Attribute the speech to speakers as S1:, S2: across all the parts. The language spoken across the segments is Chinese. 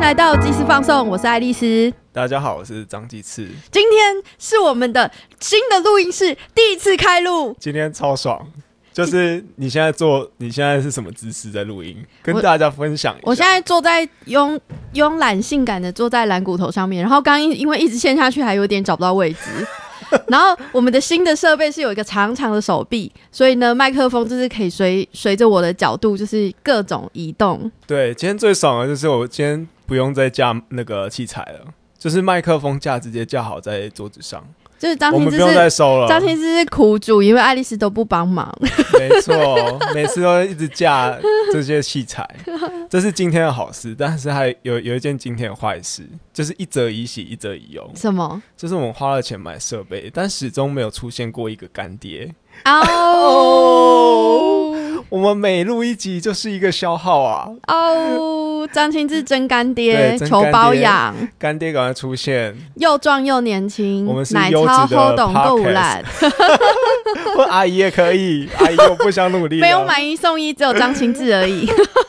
S1: 来到即时放送，我是爱丽丝。
S2: 大家好，我是张继次，
S1: 今天是我们的新的录音室第一次开录，
S2: 今天超爽。就是你现在做，你现在是什么姿势在录音？跟
S1: 我
S2: 大家分享一下。
S1: 我现在坐在慵慵懒性感的坐在蓝骨头上面，然后刚因因为一直陷下去，还有点找不到位 置。然后我们的新的设备是有一个长长的手臂，所以呢，麦克风就是可以随随着我的角度，就是各种移动。
S2: 对，今天最爽的就是我今天不用再架那个器材了，就是麦克风架直接架好在桌子上，
S1: 就是张
S2: 我
S1: 天
S2: 们
S1: 之
S2: 不用再
S1: 是
S2: 收了。
S1: 张天之是苦主，因为爱丽丝都不帮忙。
S2: 没错，每次都一直架这些器材， 这是今天的好事，但是还有有一件今天的坏事，就是一则以喜，一则以忧。
S1: 什么？
S2: 就是我们花了钱买设备，但始终没有出现过一个干爹。
S1: 哦
S2: 我们每录一集就是一个消耗啊，
S1: 哦，张清志真干爹，
S2: 对真
S1: 求
S2: 干
S1: 包
S2: 爹
S1: 养，
S2: 干爹赶快出现，
S1: 又壮又年轻
S2: 我们，是
S1: 奶
S2: 优
S1: 超
S2: 质的
S1: 齁懂够
S2: podcast 啊
S1: 懒，
S2: 或阿姨也 可以，阿姨我不想努力了。
S1: 没有买一送一，只有张清志而已。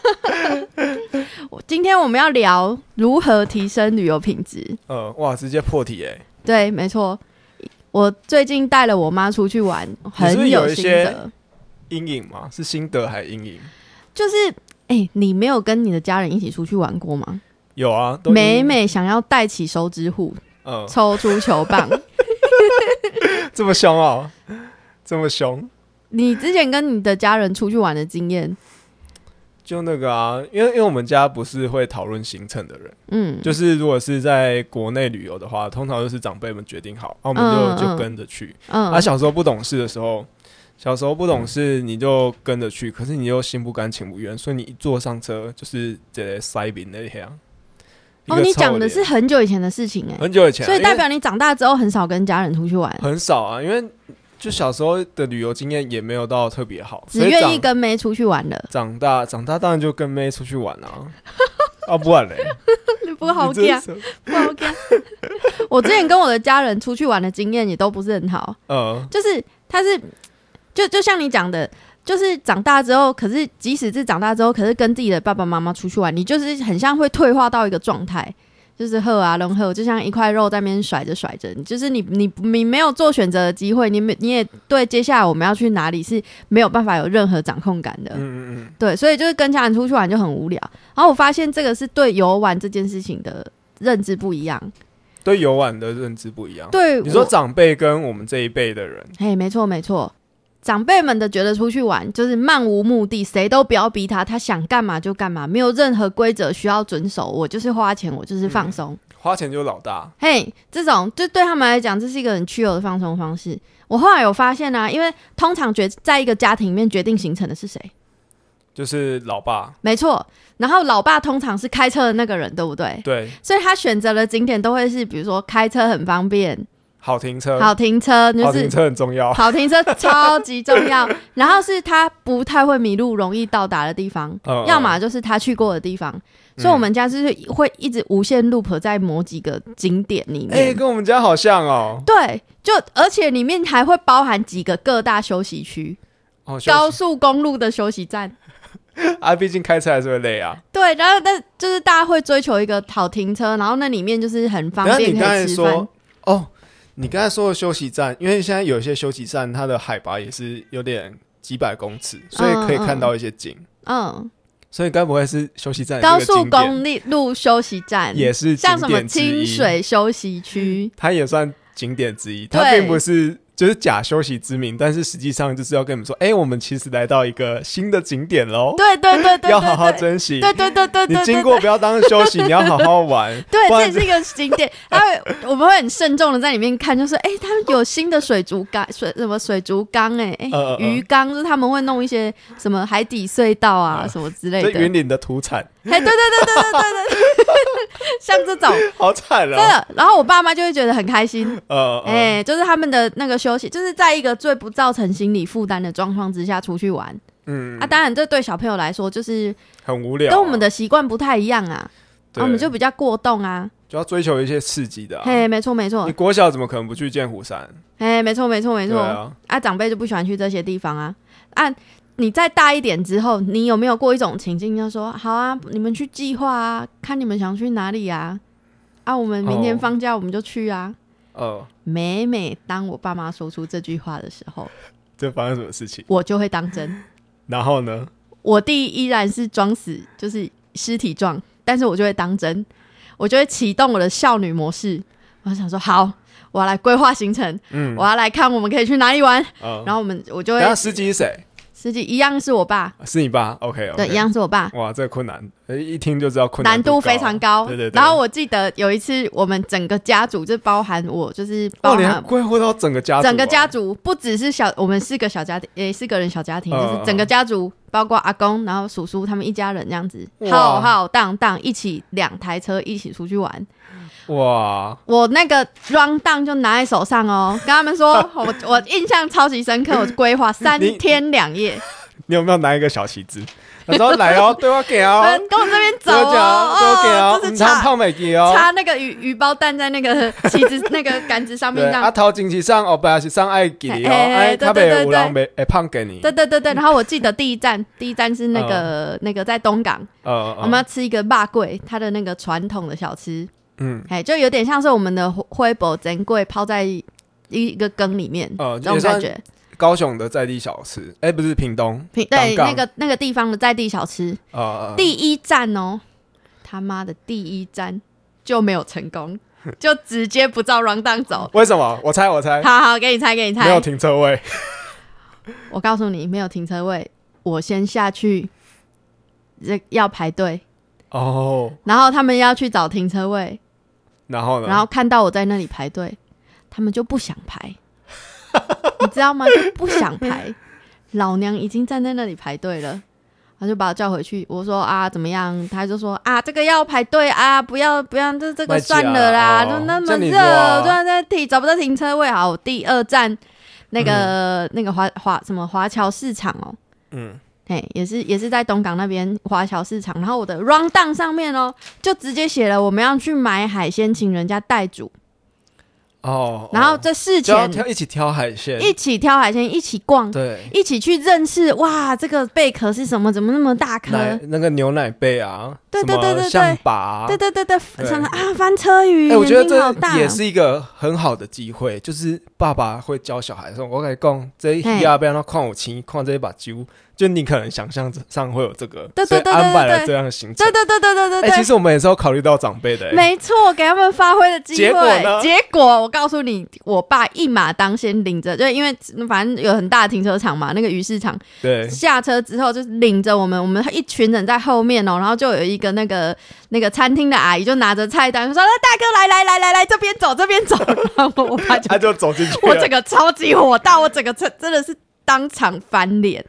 S1: 我今天我们要聊如何提升旅游品质。
S2: 呃，哇，直接破题哎、
S1: 对，没错，我最近带了我妈出去玩，
S2: 是不
S1: 很
S2: 是有一
S1: 心
S2: 些
S1: 得。
S2: 阴影吗？是心得还是阴影？
S1: 就是，哎、你没有跟你的家人一起出去玩过吗？
S2: 有啊，都
S1: 每
S2: 阴，
S1: 每想要带起手指虎，
S2: 嗯、
S1: 抽出球 棒。
S2: 这么凶哦，这么凶，
S1: 你之前跟你的家人出去玩的经验，
S2: 就那个啊，因为因为我们家不是会讨论行程的人，
S1: 嗯，
S2: 就是如果是在国内旅游的话，通常就是长辈们决定好，那、我
S1: 嗯
S2: 们就
S1: 嗯
S2: 就跟着去。
S1: 嗯，
S2: 啊，小时候不懂事的时候，小时候不懂事，你就跟着去，可是你又心不甘情不愿，所以你一坐上车就是直接塞饼那样。
S1: 哦，
S2: 一个
S1: 你
S2: 臭
S1: 讲的
S2: 脸
S1: 是很久以前的事情哎、
S2: 很久以前啊，
S1: 所以
S2: 因
S1: 代
S2: 为
S1: 表你长大之后很少跟家人出去玩，
S2: 很少啊，因为就小时候的旅游经验也没有到特别好，
S1: 只
S2: 所以
S1: 愿
S2: 长
S1: 意跟妹出去玩了，
S2: 长大长大当然就跟妹出去玩啊， 啊不然嘞，
S1: 不好啊
S2: 你这
S1: 干，
S2: 是
S1: 不好干。 我之前跟我的家人出去玩的经验也都不是很好，
S2: 呃
S1: 就是他是就就像你讲的。就是长大之后，可是即使是长大之后，可是跟自己的爸爸妈妈出去玩，你就是很像会退化到一个状态，就是喝啊扔喝，就像一块肉在那边甩着甩着，就是你你你没有做选择的机会，你没你也对接下来我们要去哪里是没有办法有任何掌控感的。
S2: 嗯嗯嗯，
S1: 对，所以就是跟家人出去玩就很无聊。然后我发现这个是对游玩这件事情的认知不一样。
S2: 对游玩的认知不一样。
S1: 对，
S2: 你说
S1: 我，
S2: 长辈跟我们这一辈的人，
S1: 嘿，没错没错，长辈们的觉得出去玩就是漫无目的，谁都不要逼他，他想干嘛就干嘛，没有任何规则需要遵守。我就是花钱，我就是
S2: 嗯
S1: 放松。
S2: 花钱就是老大，
S1: 嘿、这种就对他们来讲，这是一个很自由的放松方式。我后来有发现啊，因为通常决在一个家庭里面决定行程的是谁，
S2: 就是老爸，
S1: 没错。然后老爸通常是开车的那个人，对不对？
S2: 对，
S1: 所以他选择的景点都会是，比如说开车很方便，
S2: 好停车，
S1: 好停车，就
S2: 呃好
S1: 是
S2: 停车很重要。
S1: 好停车超级重要。然后是他不太会迷路、容易到达的地方，
S2: 嗯
S1: 要么就是他去过的地方。所以我们家就是会一直无限 loop 在某几个景点里
S2: 哎、
S1: 面。
S2: 跟我们家好像哦。
S1: 对，就而且里面还会包含几个各大休息区、
S2: 哦，休息
S1: 高速公路的休息站。
S2: 啊，毕竟开车还是会累啊。
S1: 对，然后但就是大家会追求一个好停车，然后那里面就是很方
S2: 然后
S1: 便
S2: 你刚
S1: 可以
S2: 才
S1: 吃饭
S2: 说。哦，你刚才说的休息站，因为现在有一些休息站，它的海拔也是有点几百公尺，所以可以看到一些景。
S1: 嗯，
S2: 所以该不会是休息站也
S1: 高
S2: 是个
S1: 速
S2: 景点
S1: 公路休息站
S2: 也是景
S1: 像什么
S2: 点之
S1: 清
S2: 一，嗯
S1: 水休息区，
S2: 它也算景点之一，
S1: 对
S2: 它并不是。就是假休息之名，但是实际上就是要跟你们说，哎、我们其实来到一个新的景点喽，
S1: 对对对对对，
S2: 哦要好好
S1: 对
S2: 珍惜。
S1: 对对对对对，
S2: 你
S1: 对
S2: 经过不要当休息，你要好好玩。
S1: 对，
S2: 不
S1: 这
S2: 然
S1: 也是一个景点，然后我们会很慎重的在里面看，就是哎，他们有新的水族缸， 水什么水族缸，哎哎
S2: 呃呃，呃
S1: 鱼缸，就是他们会弄一些什么海底隧道啊
S2: 呃
S1: 什么之类
S2: 这
S1: 的，哎，对对
S2: 云岭的土产
S1: 对对对对对对，像这种
S2: 好惨
S1: 真
S2: 哦。
S1: 的，然后我爸妈就会觉得很开心，
S2: 呃，呃
S1: 哎、就是他们的那个休息，就是在一个最不造成心理负担的状况之下出去玩、
S2: 嗯
S1: 啊。当然，这对小朋友来说，就是
S2: 很无聊啊、
S1: 跟我们的习惯不太一样啊，啊
S2: 对，
S1: 我们就比较过动啊。
S2: 就要追求一些刺激的、啊。
S1: 嘿，没错没错
S2: 你，国小怎么可能不去剑湖山？
S1: 嘿，没错没错没
S2: 对
S1: 错
S2: 啊，
S1: 啊，长辈就不喜欢去这些地方啊。啊，你再大一点之后，你有没有过一种情境，就说好啊，你们去计划啊，看你们想去哪里啊，啊，我们明天
S2: 哦
S1: 放假我们就去啊。
S2: 哦，
S1: 每每当我爸妈说出这句话的时候，
S2: 这发生什么事情？
S1: 我就会当真。
S2: 然后呢？
S1: 我弟依然是装死，就是尸体状，但是我就会当真，我就会启动我的少女模式。我就想说，好，我要来规划行程，
S2: 嗯，
S1: 我要来看我们可以去哪里玩。
S2: 哦
S1: 然后我们我就
S2: 等一下
S1: 会
S2: 司机是谁？
S1: 实际一样是我爸，
S2: 是你爸？OK，, o k
S1: 对，一。样是我爸。
S2: 哇，这个困难，呃一听就知道困
S1: 难
S2: 度
S1: 度非常高，
S2: 啊对对对。
S1: 然后我记得有一次，我们整个家族，就包含我，就是包
S2: 哦，你还
S1: 含
S2: 规划到整个家族啊、
S1: 整个家族，不只是小我们四个小家庭，诶、四个人小家庭，
S2: 嗯
S1: 就是整个家族，包括阿公，然后叔叔他们一家人这样子，
S2: 哇
S1: 浩浩荡荡一起两台车一起出去玩。
S2: 哇，
S1: 我那个 round down 就拿在手上 哦，跟他们说，我我印象超级深刻，我规划三
S2: 你
S1: 天两夜，
S2: 你有没有拿一个小旗帜？他说来 哦，对我给哦，
S1: 呃跟我这边走
S2: 对我给
S1: 哦
S2: 哦，，对我给
S1: 哦
S2: 哦，，
S1: 就是
S2: 你常
S1: 差
S2: 泡美给哦。
S1: 插那个鱼鱼包蛋在那个旗子那个杆子上面
S2: 对，
S1: 这
S2: 啊，
S1: 样。
S2: 头前是上哦，本来是上爱给你哦，
S1: 哎哎
S2: 哎，
S1: 对
S2: 他
S1: 对
S2: 被
S1: 对
S2: 五
S1: 对
S2: 郎没哎胖给你，
S1: 对对对对，然后我记得第一站，第一站是那
S2: 嗯
S1: 个那个在东港，
S2: 呃，
S1: 我们要吃一个霸贵，它的那个传统的小吃，
S2: 嗯
S1: 哎，就有点像是我们的灰箔珍贵泡在一一个羹里面，
S2: 呃
S1: 这种
S2: 也算
S1: 感觉。
S2: 高雄的在地小吃，哎，不是屏东，
S1: 平对
S2: 港
S1: 那个那个地方的在地小吃，
S2: 呃，
S1: 第一站哦，他妈的第一站就没有成 功，就直接不照 round down 走。
S2: 为什么？我猜我猜，
S1: 好好，给你猜，给你猜，
S2: 哎没有停车位，
S1: 我告诉你，没有停车位，我先下去，这要排队，
S2: 哦，
S1: 然后他们要去找停车位，
S2: 然后呢？
S1: 然后看到我在那里排队，他们就不想排， 你知道吗？就不想排，老娘已经站在那里排队了。他就把我叫回去，我说啊怎么样？他就说啊这个要排队啊，不要不要，这这个
S2: 卖气啊
S1: 算了啦，
S2: 哦
S1: 就那么
S2: 这你
S1: 热，
S2: 说啊
S1: 突然在停找不到停车位，好，我第二站那个、那个华华什么华侨市场哦，
S2: 嗯，
S1: 哎，也是也是在东港那边华侨市场，然后我的 round down 上面哦，就直接写了我们要去买海鲜，请人家代煮，
S2: 哦，
S1: 然后
S2: 哦
S1: 这事
S2: 就要
S1: 前
S2: 挑一起挑海鲜，
S1: 一起挑海鲜，一起逛，
S2: 对，
S1: 一起去认识哇，这个贝壳是什么？怎么那么大颗？
S2: 奶那个牛奶贝啊，
S1: 对
S2: 什
S1: 对对
S2: 么
S1: 对对
S2: 象拔啊，
S1: 对对对对，
S2: 对
S1: 什么啊翻车鱼，
S2: 哎，我觉得
S1: 眼睛好大哦
S2: 这也是一个很好的机会，就是爸爸会教小孩说：“我跟你讲，这一
S1: 嘿
S2: 鱼啊，不要让它看我亲，看这一把揪。”就你可能想象上会有这个，
S1: 对对
S2: 所以
S1: 对对
S2: 安排了
S1: 对
S2: 这样的行程
S1: 对。对对对对对
S2: 哎，
S1: 对。
S2: 其实我们也是要考虑到长辈的，哎
S1: 没错，给他们发挥的机
S2: 结果
S1: 会。
S2: 呢
S1: 结果我告诉你，我爸一马当先领着，就因为反正有很大的停车场嘛，那个鱼市场，
S2: 对，
S1: 下车之后就领着我们，我们一群人在后面哦，然后就有一个那个那个餐厅的阿姨就拿着菜单说：“那大哥来来来来来，这边走这边走。” 然后我 爸就
S2: 他就走进去
S1: 我
S2: 了
S1: 整个超级火大，我整个真真的是当场翻脸，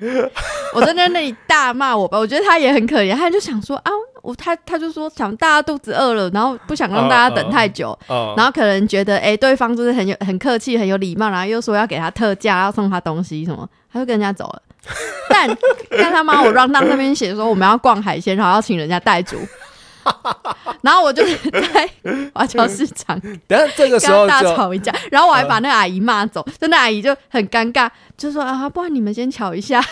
S1: 我在那里大骂我吧，我觉得他也很可怜，他就想说啊，我他他就说想大家肚子饿了，然后不想让大家等太久，
S2: 哦，
S1: 然后可能觉得哎、诶对方就是很有很客气很有礼貌，然后又说要给他特价，要送他东西什么，他就跟人家 走了。但但他妈我让当那边写说我们要逛海鲜，然后要请人家带 主，然后我就是在华侨市 场
S2: 等一下这个
S1: 跟
S2: 时
S1: 他
S2: 候
S1: 大
S2: 就
S1: 吵一 架，然后我还把那个阿姨骂走，就那阿姨就很尴尬，就说啊，不然你们先瞧一下。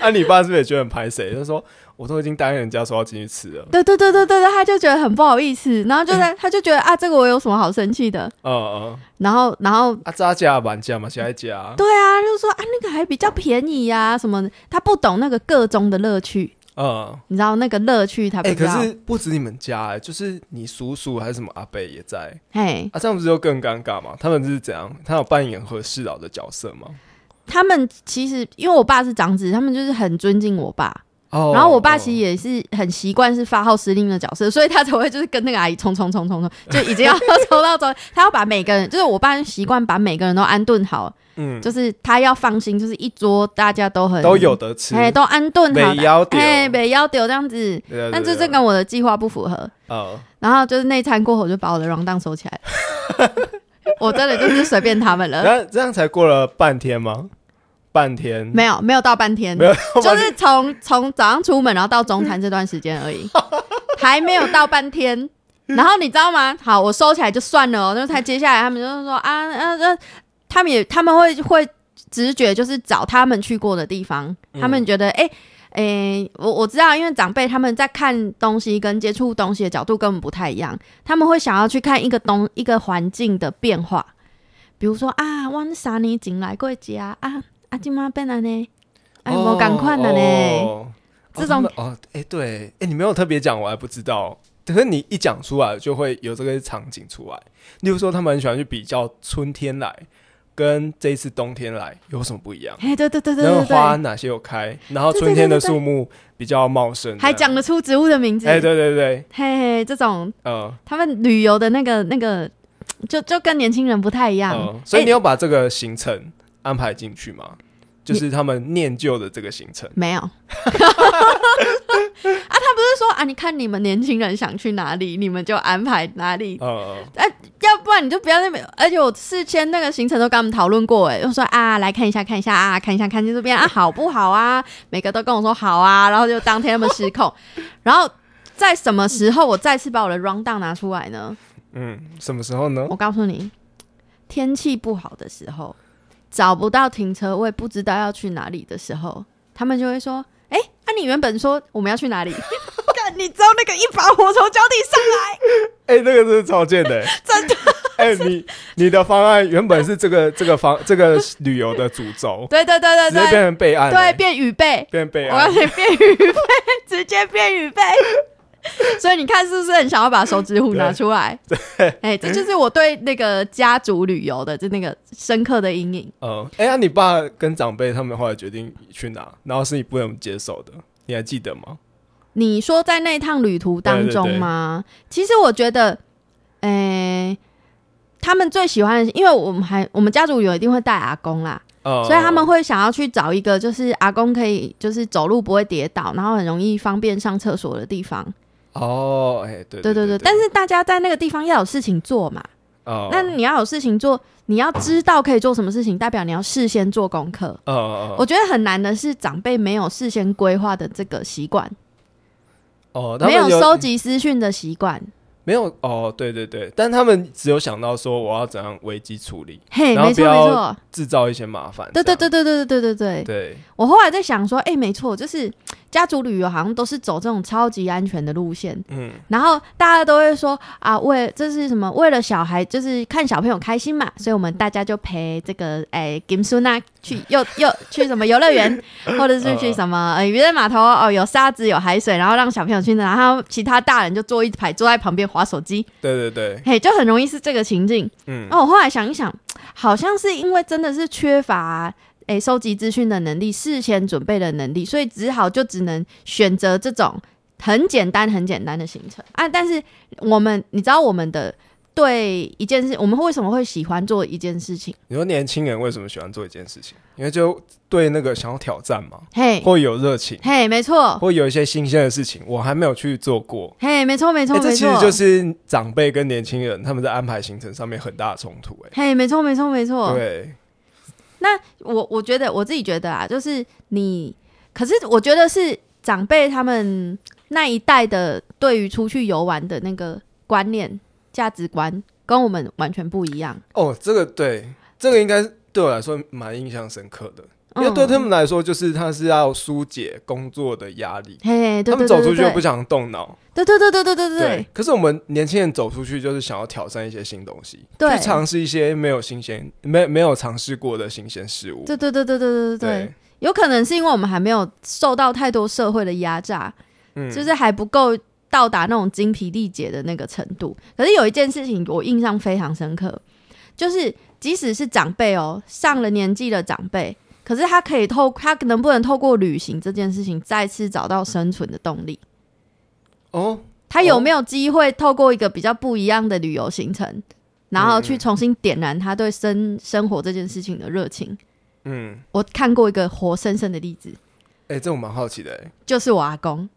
S2: 啊，你爸是不是也觉得很排谁？就说我都已经答应人家说要进去吃了，
S1: 对对对对对对，他就觉得很不好意思，然后就在、他就觉得啊，这个我有什么好生气的？
S2: 嗯嗯，
S1: 然后然后
S2: 啊，扎价满价嘛，现在价，
S1: 对啊，就说啊那个还比较便宜呀、什么的？他不懂那个个中的乐趣，
S2: 嗯。
S1: 你知道那个乐趣他不
S2: 哎、
S1: 知
S2: 可
S1: 道。
S2: 是不止你们家、哎，就是你叔叔还是什么阿伯也在
S1: 嘿，
S2: 啊，这样不是就更尴尬吗？他们是怎样？他有扮演和事佬的角色吗？
S1: 他们其实因为我爸是长子，他们就是很尊敬我爸。
S2: 哦
S1: 然后我爸其实也是很习惯是发号施令的角色，所以他才会就是跟那个阿姨冲冲冲冲冲，就已经要 冲到走，他要把每个人，就是我爸习惯把每个人都安顿好，
S2: 嗯，
S1: 就是他要放心，就是一桌大家都很
S2: 都有，得吃，
S1: 哎，都安顿好
S2: 没，腰丢，
S1: 哎，没要丢这样子，
S2: 对对
S1: 但
S2: 对啊
S1: 是这跟我的计划不符合，
S2: 呃，
S1: 然后就是那餐过后我就把我的 round down 收起来 了，我真的就是随便他们了，
S2: 那这样才过了半天吗？半天
S1: 没有没有到半天，
S2: 没有，
S1: 就
S2: 半天
S1: 是从从早上出门，然后到中餐这段时间 而已，还没有到半天。然后你知道吗？好，啊我收起来就算了哦。那他接下来他们就是说啊，呃、呃，他们也他们会会直觉就是找他们去过的地方，
S2: 嗯
S1: 他们觉得哎。诶诶、我我知道，因为长辈他们在看东西跟接触东西的角度根本不太一样，他们会想要去看一个东一个环境的变化，比如说啊，我三年前来过家啊啊，今妈变了呢，哎，我赶快了呢，
S2: 哦
S1: 这种
S2: 哦，哎、诶对，哎、你没有特别讲，我还不知道。可是你一讲出来，就会有这个场景出来。例如说，他们很喜欢去比较春天来跟这一次冬天来有什么不一样，
S1: 哎、对对对对
S2: 然后
S1: 对
S2: 花
S1: 对，
S2: 哪些有开，然后春天的树木比较茂盛，
S1: 还讲得出植物的名字，
S2: 哎、诶对对对，
S1: 嘿嘿，这种
S2: 呃
S1: 他们旅游的那个那个，就就跟年轻人不太一样，
S2: 呃，所以
S1: 哎
S2: 你有把这个行程安排进去吗？就是他们念旧的这个行程。
S1: 没有。 啊，他不是说啊，你看你们年轻人想去哪里，你们就安排哪里，
S2: 呃，
S1: 要不然你就不要那边。而且我事先那个行程都跟他们讨论过，哎，就说啊，来看一下，看一下啊，看一下，看一下这边啊，好不好啊？每个都跟我说好啊，然后就当天他们失控。然后在什么时候我再次把我的 round down 拿出来呢？
S2: 嗯，什么时候呢？
S1: 我告诉你，天气不好的时候，找不到停车位，不知道要去哪里的时候，他们就会说：“哎、那、你原本说我们要去哪里？”看，你知道那个一把火从脚底上
S2: 哎、这个真的超贱的、
S1: 真
S2: 的。哎、 你你的方案原本是这个这个方这个旅游的主轴，
S1: 来，对对对
S2: 直接
S1: 对
S2: 变
S1: 对，
S2: 成备案、
S1: 对
S2: 欸，
S1: 变雨备，
S2: 变备
S1: 我要
S2: 案。
S1: 写变雨备，直接变雨备。 所以你看，是不是很想要把手指虎拿出 来？哎、这就是我对那个家族旅游的就那个深刻的阴影。
S2: 嗯，哎、呀、你爸跟长辈他们后来决定去哪，然后是你不能接受的，你还记得吗？
S1: 你说在那趟旅途当中吗？其实我觉得，诶、他们最喜欢的是，因为我们还我们家族有一定会带阿公啦，
S2: 呃，
S1: 所以他们会想要去找一个就是阿公可以就是走路不会跌倒，然后很容易方便上厕所的地方。
S2: 哦，哎、对
S1: 对
S2: 对
S1: 对对，但是大家在那个地方要有事情做嘛，
S2: 哦，
S1: 那你要有事情做，你要知道可以做什么事情，代表你要事先做功课。
S2: 呃呃
S1: 我觉得很难的是长辈没有事先规划的这个习惯，
S2: 哦，他
S1: 没
S2: 们
S1: 有
S2: 有
S1: 收集资讯的习惯。
S2: 没有哦，对对对，但他们只有想到说我要怎样危机处理，
S1: 嘿，
S2: 然后
S1: 没错
S2: 不要
S1: 没错，
S2: 制造一些麻烦。
S1: 对对
S2: 这
S1: 对对对
S2: 样
S1: 对对对对。
S2: 对，
S1: 我后来在想说，哎、没错，就是家族旅游好像都是走这种超级安全的路线，
S2: 嗯，
S1: 然后大家都会说啊，为这是什么？为了小孩，就是看小朋友开心嘛，所以我们大家就陪这个哎金苏娜去又又去什么游乐园，或者是去什么呃渔人码头哦，有沙子有海水，然后让小朋友去那，然后其他大人就坐一排坐在旁边划手机，
S2: 对对对，
S1: 嘿，就很容易是这个情境。
S2: 嗯，
S1: 哦那我后来想一想，好像是因为真的是缺乏诶收集资讯的能力、事前准备的能力，所以只好就只能选择这种很简单、很简单的行程啊。但是我们，你知道我们的对一件事，我们为什么会喜欢做一件事情？
S2: 你说年轻人为什么喜欢做一件事情？因为就对那个想要挑战嘛，
S1: 嘿，
S2: 会有热情，
S1: 嘿，没错，
S2: 会有一些新鲜的事情，我还没有去做过。
S1: 嘿，没错，没错，
S2: 欸这
S1: 没
S2: 其
S1: 错
S2: 实，就是长辈跟年轻人他们在安排行程上面很大的冲突、欸，
S1: 嘿，没错，没错，没错，
S2: 对，
S1: 那我我觉得我自己觉得啊，就是你，可是我觉得是长辈他们那一代的对于出去游玩的那个观念、价值观，跟我们完全不一样。
S2: 哦，这个对，这个应该对我来说蛮印象深刻的，因为对他
S1: 嗯，
S2: 们来说，就是他是要疏解工作的压力。
S1: 嘿嘿，对
S2: 他们
S1: 对
S2: 走
S1: 对
S2: 出
S1: 对
S2: 去又不
S1: 对，
S2: 想动脑，
S1: 对对对对对对对，
S2: 可是我们年轻人走出去就是想要挑战一些新东西，
S1: 对
S2: 去尝试一些没有新鲜、没没有尝试过的新鲜事物。
S1: 对对对对对对对对，有可能是因为我们还没有受到太多社会的压榨，
S2: 嗯，
S1: 就是还不够到达那种精疲力竭的那个程度。可是有一件事情我印象非常深刻，就是即使是长辈哦，上了年纪的长辈，可是他可以透他能不能透过旅行这件事情再次找到生存的动力？
S2: 哦，
S1: 他有没有机会透过一个比较不一样的旅游行程，然
S2: 嗯
S1: 后去重新点燃他对生生活这件事情的热情？
S2: 嗯，
S1: 我看过一个活生生的例子，
S2: 哎、这我蛮好奇的、欸，
S1: 就是我阿公，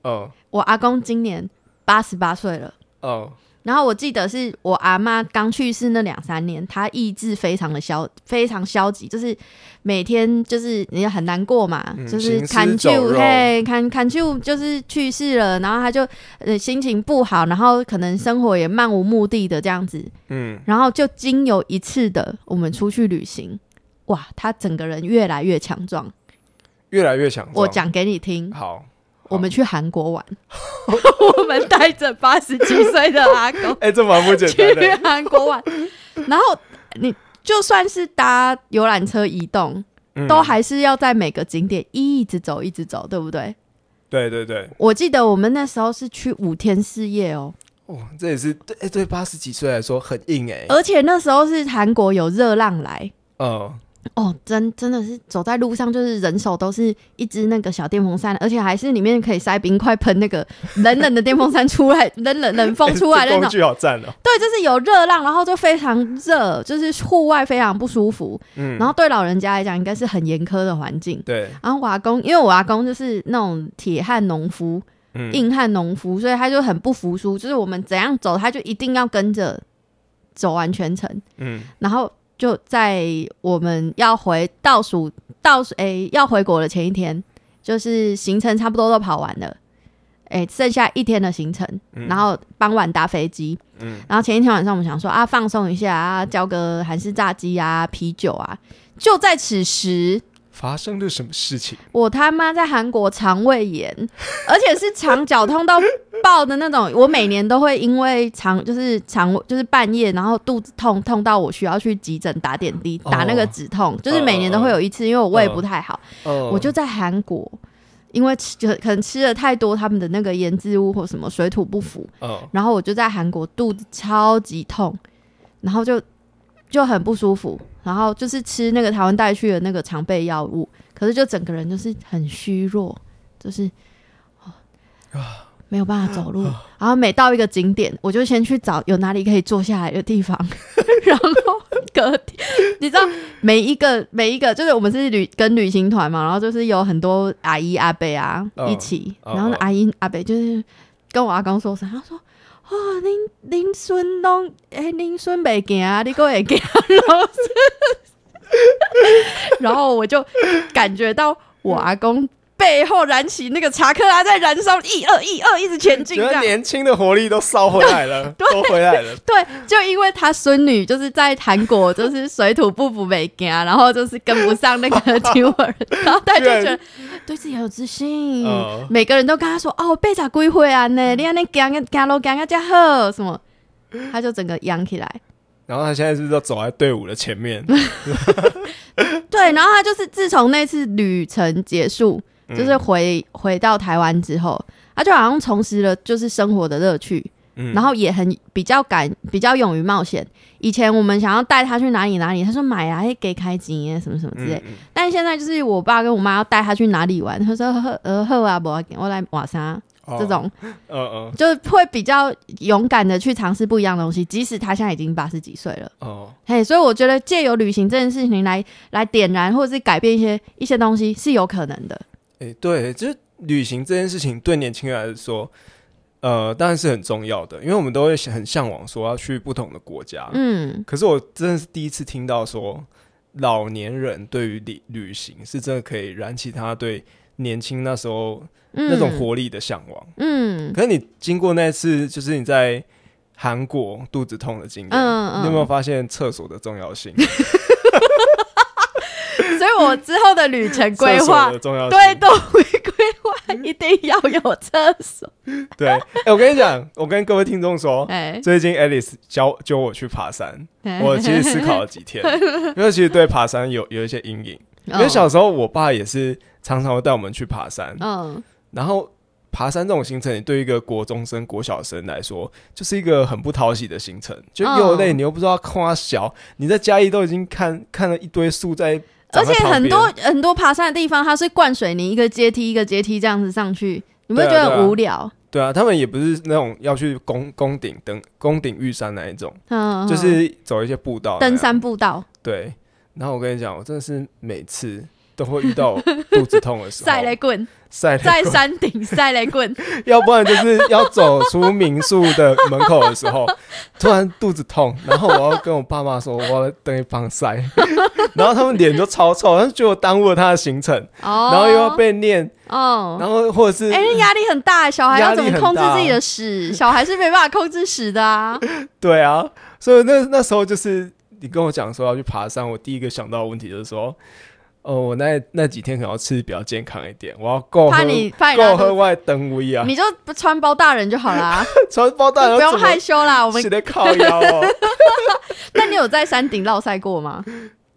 S2: 哦
S1: 我阿公今年八十八岁了。
S2: 哦，
S1: 然后我记得是我阿妈刚去世那两三年，她意志非常的消，非常消极，就是每天就是你很难过嘛，
S2: 嗯
S1: 就是
S2: 行尸
S1: 看
S2: 走
S1: 舅
S2: 肉
S1: 嘿看看舅就是去世了，然后她就呃心情不好，然后可能生活也漫无目的的这样子，
S2: 嗯，
S1: 然后就经由一次的我们出去旅行，哇，他整个人越来越强壮。
S2: 越来越强壮。
S1: 我讲给你听，
S2: 好，
S1: 我们去韩国玩， 我们带着八十几岁的阿公
S2: 哎、这蛮不简
S1: 去
S2: 单的。
S1: 韩国 玩，然后你就算是搭游览车移动，
S2: 嗯
S1: 都还是要在每个景点一直走，一直走，对不对？
S2: 对对对，
S1: 我记得我们那时候是去五天四夜哦，
S2: 哦，这也是对哎、对八十几岁来说很硬哎、
S1: 而且那时候是韩国有热浪来。
S2: 嗯，
S1: 哦，真真的是走在路上，就是人手都是一只那个小电风扇，而且还是里面可以塞冰块喷那个冷冷的电风扇出 来，冷冷冷风出来
S2: 这
S1: 那
S2: 工
S1: 种。
S2: 具好赞哦、
S1: 对，就是有热浪，然后就非常热，就是户外非常不舒服。
S2: 嗯，
S1: 然后对老人家来讲，应该是很严苛的环境。
S2: 对，
S1: 然后我阿公，因为我阿公就是那种铁汉农夫、
S2: 嗯，
S1: 硬汉农夫，所以他就很不服输，就是我们怎样走，他就一定要跟着走完全程。
S2: 嗯，
S1: 然后就在我们要回倒数倒数诶、要回国的前一天，就是行程差不多都跑完了，诶、剩下一天的行程，
S2: 嗯
S1: 然后傍晚搭飞机，
S2: 嗯
S1: 然后前一天晚上我们想说啊放松一下啊，叫个韩式炸鸡啊、啤酒啊。就在此时，
S2: 发生了什么事情？
S1: 我他妈在韩国肠胃炎， 而且是肠绞痛到爆的那种。我每年都会因为肠就是肠就是半夜，然后肚子痛痛到我需要去急诊打点滴，
S2: 哦
S1: 打那个止痛，就是每年都会有一次，因为我胃不太好，
S2: 哦
S1: 我就在韩国。因为吃就可能吃了太多他们的那个腌制物或什么水土不服，
S2: 嗯
S1: 然后我就在韩国肚子超级痛，然后就就很不舒服，然后就是吃那个台湾带去的那个常备药物，可是就整个人就是很虚弱，就是、哦
S2: 啊
S1: 没有办法走路。然后每到一个景点，我就先去找有哪里可以坐下来的地方， 然后隔天你知道每一个每一个就是我们是旅跟旅行团嘛，然后就是有很多阿姨阿伯啊、
S2: 嗯
S1: 一起，
S2: 嗯
S1: 然后那
S2: 嗯
S1: 阿姨阿伯就是跟我阿公说声，他说。哦，您您孙拢哎，您孙袂行啊，你个会行，然后是 然后我就感觉到我阿公背后燃起那个查克拉在燃烧，一二一二一直前进
S2: 觉
S1: 这
S2: 得
S1: 样。
S2: 年轻的活力都烧回来了，都回来了。
S1: 对，就因为他孙女就是在韩国，就是水土不服没行，然后就是跟不上那个 t e 然后他就觉得
S2: 居然
S1: 对自己很有自信，
S2: 嗯
S1: 每个人都跟他说：“哦，背咋归回啊呢？你安尼行个行路行个加好什么？”他就整个扬起来，
S2: 然后他现在是不是都走在队伍的 前面？
S1: 对，然后他就是自从那次旅程结束，
S2: 嗯
S1: 就是回、回到台湾之后，他就好像重拾了就是生活的乐趣，
S2: 嗯
S1: 然后也很比较敢，比较勇于冒险。以前我们想要带他去哪里哪里，他说买啊，给开金耶什么什么之类。
S2: 嗯
S1: 但是现在就是我爸跟我妈要带他去哪里玩，他说呵呃呵啊，我我来瓦沙、
S2: 哦
S1: 这种，
S2: 嗯嗯
S1: 就会比较勇敢的去尝试不一样的东西。即使他现在已经八十几岁了，
S2: 哦，
S1: 嘿，所以我觉得借由旅行这件事情来来点燃或者是改变一些一些东西是有可能的。
S2: 哎，对，就是旅行这件事情对年轻人来说，呃，当然是很重要的，因为我们都会很向往说要去不同的国家。
S1: 嗯，
S2: 可是我真的是第一次听到说，老年人对于旅旅行是真的可以燃起他对年轻那时候
S1: 嗯
S2: 那种活力的向往。
S1: 嗯
S2: 可是你经过那次，就是你在韩国肚子痛的经验，
S1: 嗯嗯
S2: 你有没有发现厕所的重要性？
S1: 所以我之后的旅程 规
S2: 厕
S1: 划
S2: 所的重要性，
S1: 对，动物规划一定要有厕 所。
S2: 对。哎、我跟你讲，我跟各位听众说，
S1: 哎、
S2: 最近 Alice 教教我去爬山，
S1: 哎
S2: 我其实思 考了几天，因为其实对爬山有有一些阴影。
S1: 嗯
S2: 因
S1: 哦
S2: 为小时候我爸也是常常会带我们去爬山，
S1: 嗯
S2: 然后爬山这种行程，你对一个国中生、国小生来说，就是一个很不讨喜的行程，就又累，你又不知道夸小，你在嘉义都已经看 看了一堆树在，
S1: 而且
S2: 长在旁边
S1: 很多很多爬山的地方，它是灌水泥，一个阶梯一个阶梯这样子上去，你不会觉
S2: 对啊
S1: 得很无聊？
S2: 对啊，他们也不是那种要去攻攻顶登攻顶玉山那一种，
S1: 嗯，嗯
S2: 就是哦走一些步道那样
S1: 登山步道
S2: 对。然后我跟你讲，我真的是每次都会遇到我肚子痛的时候，
S1: 晒雷棍，
S2: 晒雷
S1: 在
S2: 公
S1: 山顶晒雷棍，
S2: 要不然就是要走出民宿的门口的时候，突然肚子痛，然后我要跟我爸妈说我要登一帮晒， 然后他们脸就超臭，他就觉得我耽误了他的行程，
S1: 哦，
S2: 然后又要被念，
S1: 哦。
S2: 然后或者是、
S1: 哎，那压力很大，小孩要怎么
S2: 压力很
S1: 控制
S2: 大
S1: 自己的屎？小孩是没办法控制屎的啊。
S2: 对啊，所以那那时候就是你跟我讲说要去爬山，我第一个想到的问题就是说，哦，我那那几天可能要吃比较健康一点，我要够喝
S1: 怕你怕你拉
S2: 够
S1: 肚
S2: 喝
S1: 子
S2: 外灯威啊，
S1: 你就不穿包大人就好啦，
S2: 穿包 大
S1: 就
S2: 人
S1: 不用
S2: 要怎么
S1: 害羞啦。我们
S2: 写的靠腰哦，
S1: 但你有在山顶落赛过 吗？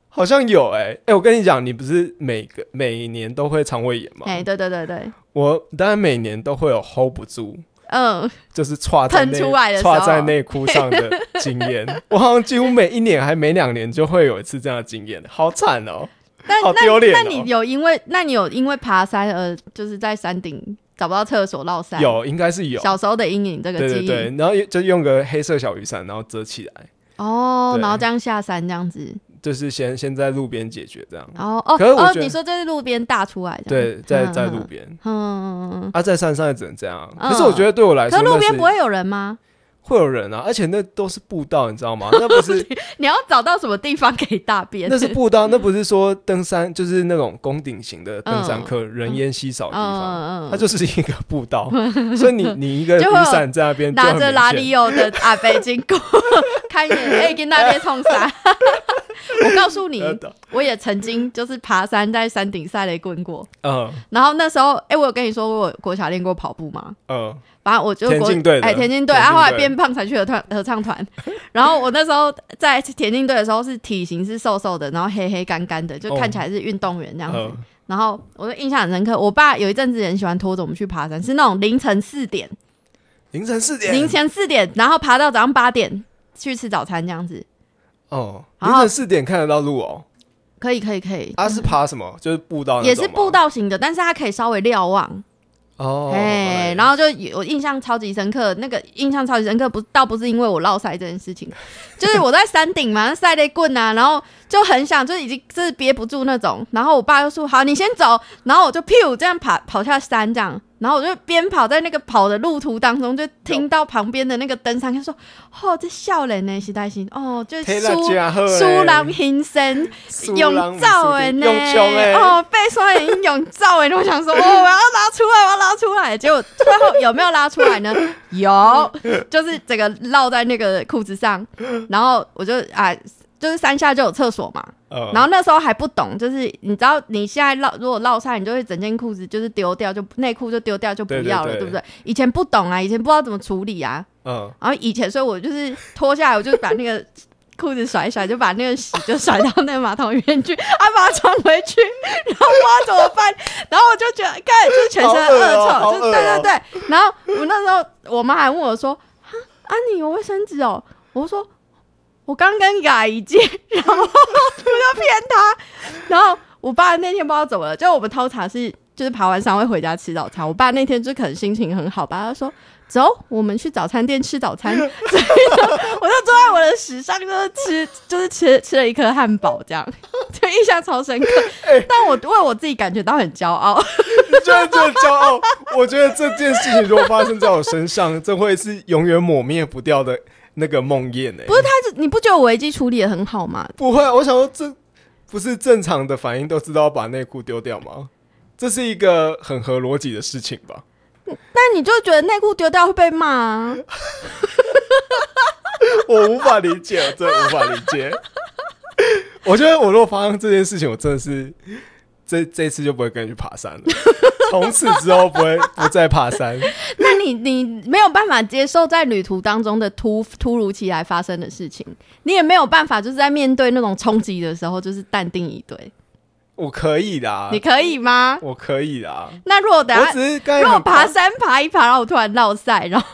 S2: 好像有哎、欸、哎、我跟你讲，你不是每个每年都会肠胃炎吗？
S1: 哎、对对对对，
S2: 我当然每年都会有 hold 不住，
S1: 嗯，
S2: 就是歘在内
S1: 喷出来的时候
S2: 歘在内裤上的经 验。我好像几乎每一年还每两年就会有一次这样的经验，好惨哦、
S1: 但
S2: 好
S1: 那
S2: 丢脸
S1: 那
S2: 哦
S1: 你有因为那你有因为爬山而就是在山顶找不到厕所落赛？
S2: 有，应该是有。
S1: 小时候的阴影这个
S2: 对
S1: 记
S2: 对
S1: 忆
S2: 对，然后就用个黑色小雨伞，然后遮起来，
S1: 哦，
S2: 对
S1: 然后这样下山这样子，
S2: 就是先先在路边解决这样。
S1: 然后哦
S2: 嗯可是我
S1: 哦，
S2: 觉得
S1: 你说这是路边大出来的，
S2: 对，在
S1: 嗯
S2: 在路，边，
S1: 嗯嗯嗯
S2: 啊，在山上也只能这样。
S1: 嗯
S2: 可是我觉得对我来
S1: 嗯，
S2: 说，
S1: 可是路
S2: 那
S1: 边
S2: 是
S1: 不会有人吗？
S2: 会有人啊，而且那都是步道，你知道吗？那不是
S1: 你要找到什么地方可以大便？
S2: 那是步道，那不是说登山，就是那种宫顶型的登山客，人烟稀少的地方，
S1: 嗯嗯
S2: 它就是一个步道，所以你你一个雨
S1: 就会有
S2: 伞在那边就
S1: 拿
S2: 很
S1: 着
S2: 明
S1: 拉
S2: 显
S1: 力欧的阿北经过，看 一眼，哎、跟那边冲啥？我告诉
S2: 呃
S1: 你，我也曾经就是爬山，在山顶晒雷棍过。
S2: 嗯
S1: 然后那时候，哎、我有跟你说我有国小练过跑步吗？
S2: 嗯，
S1: 反正我就
S2: 田
S1: 国
S2: 径队的
S1: 哎、田径队，
S2: 田
S1: 啊，
S2: 径队
S1: 后来变胖才去合唱合唱团。然后我那时候在田径队的时候是体型是瘦瘦的，然后黑黑干干的，就
S2: 哦
S1: 看起来是运动员这样子。
S2: 嗯
S1: 然后我就印象很深刻，我爸有一阵子也很喜欢拖着我们去爬山，是那种凌晨四点，
S2: 凌晨四点，
S1: 凌晨四点，然后爬到早上八点去吃早餐这样子。
S2: 哦，
S1: 然
S2: 凌
S1: 后
S2: 晨四点看得到路哦，
S1: 可以可以可以，
S2: 啊是爬什么？就是步哦道那
S1: 嗯也
S2: 种
S1: 是
S2: 吗
S1: 步道型的，但是它可以稍微瞭望，
S2: 哦，
S1: 哎、然后就有我印象超级深刻，那个印象超级深刻，不倒不是因为我落晒这件事情， 就是我在山顶嘛，晒了一棍啊，然后就很想，就是已经就是憋不住那种，然后我爸就说好，你先走，然后我就噗这样跑跑下山这样，然后我就边跑在那个跑的路途当中，就听到旁边的那个登山，他说哦，这笑人呢，是担心哦，就是
S2: 天哪
S1: 输
S2: 真好
S1: 输
S2: 欸
S1: 人心声。
S2: 苏朗
S1: 永
S2: 姆
S1: 照
S2: 斯
S1: 哎
S2: 汀
S1: 呢，
S2: 用枪哎，
S1: 哦，被双眼永照哎， 我想说，哦，我要拉出来，我要拉出来，结果最后有没有拉出来 呢？有，就是整个绕在那个裤子上，然后我就啊，就是山下就有厕所嘛，
S2: 嗯
S1: 然后那时候还不懂，就是你知道你现在落如果落晒，你就会整件裤子就是丢掉，就内裤就丢掉就不
S2: 对对
S1: 要了，
S2: 对
S1: 对不对？以前不懂啊，以前不知道怎么处理啊，
S2: 嗯，
S1: 然后以前，所以我就是脱下来，我就把那个 裤子甩一甩，就把那个屎就甩到那个马桶里面去，啊，把它穿回去，然后不知道怎么办，然后我就觉得，看就是全身
S2: 好恶
S1: 恶臭，
S2: 哦好
S1: 就
S2: 恶
S1: 对对
S2: 哦
S1: 对。然后我那时候，我妈还问我说：“啊，啊你有卫生纸哦？”我说：“我刚跟一个阿姨借，然后我就骗她。”然后我爸那天不知道怎么了，就我们通常是就是爬完山会回家吃早餐，我爸那天就可能心情很好吧，他说。走，我们去早餐店吃早 餐。所以呢，我就坐在我的屎上，就是吃，就是吃吃了一颗汉堡，这样 就印象超深刻。
S2: 哎
S1: 但我为我自己感觉到很骄 傲，
S2: 你居然这么骄傲，我觉得这件事情如果发生在我身上，这会是永远抹灭不掉的那个梦魇哎，
S1: 不是他，就你不觉得我危机处理的很好吗？
S2: 不会啊，我想说这不是正常的反应，都知道把内裤丢掉吗？这是一个很合逻辑的事情吧？
S1: 但你就觉得内裤丢掉会被骂啊？
S2: 我无法理解，我真的无法理解。 我觉得我如果发生这件事情，我真的是这这次就不会跟你去爬山了， 从此之后不会不再爬山。
S1: 那你你没有办法接受在旅途当中的突突如其来发生的事情，你也没有办法就是在面对那种冲击的时候，就是淡定以对。
S2: 我可以啦
S1: 你，可以吗？
S2: 我可以啦。
S1: 那如果等
S2: 啊我
S1: 下
S2: 只是刚
S1: 如
S2: 才
S1: 果
S2: 很
S1: 爬山爬一爬，然后我突然落晒，然后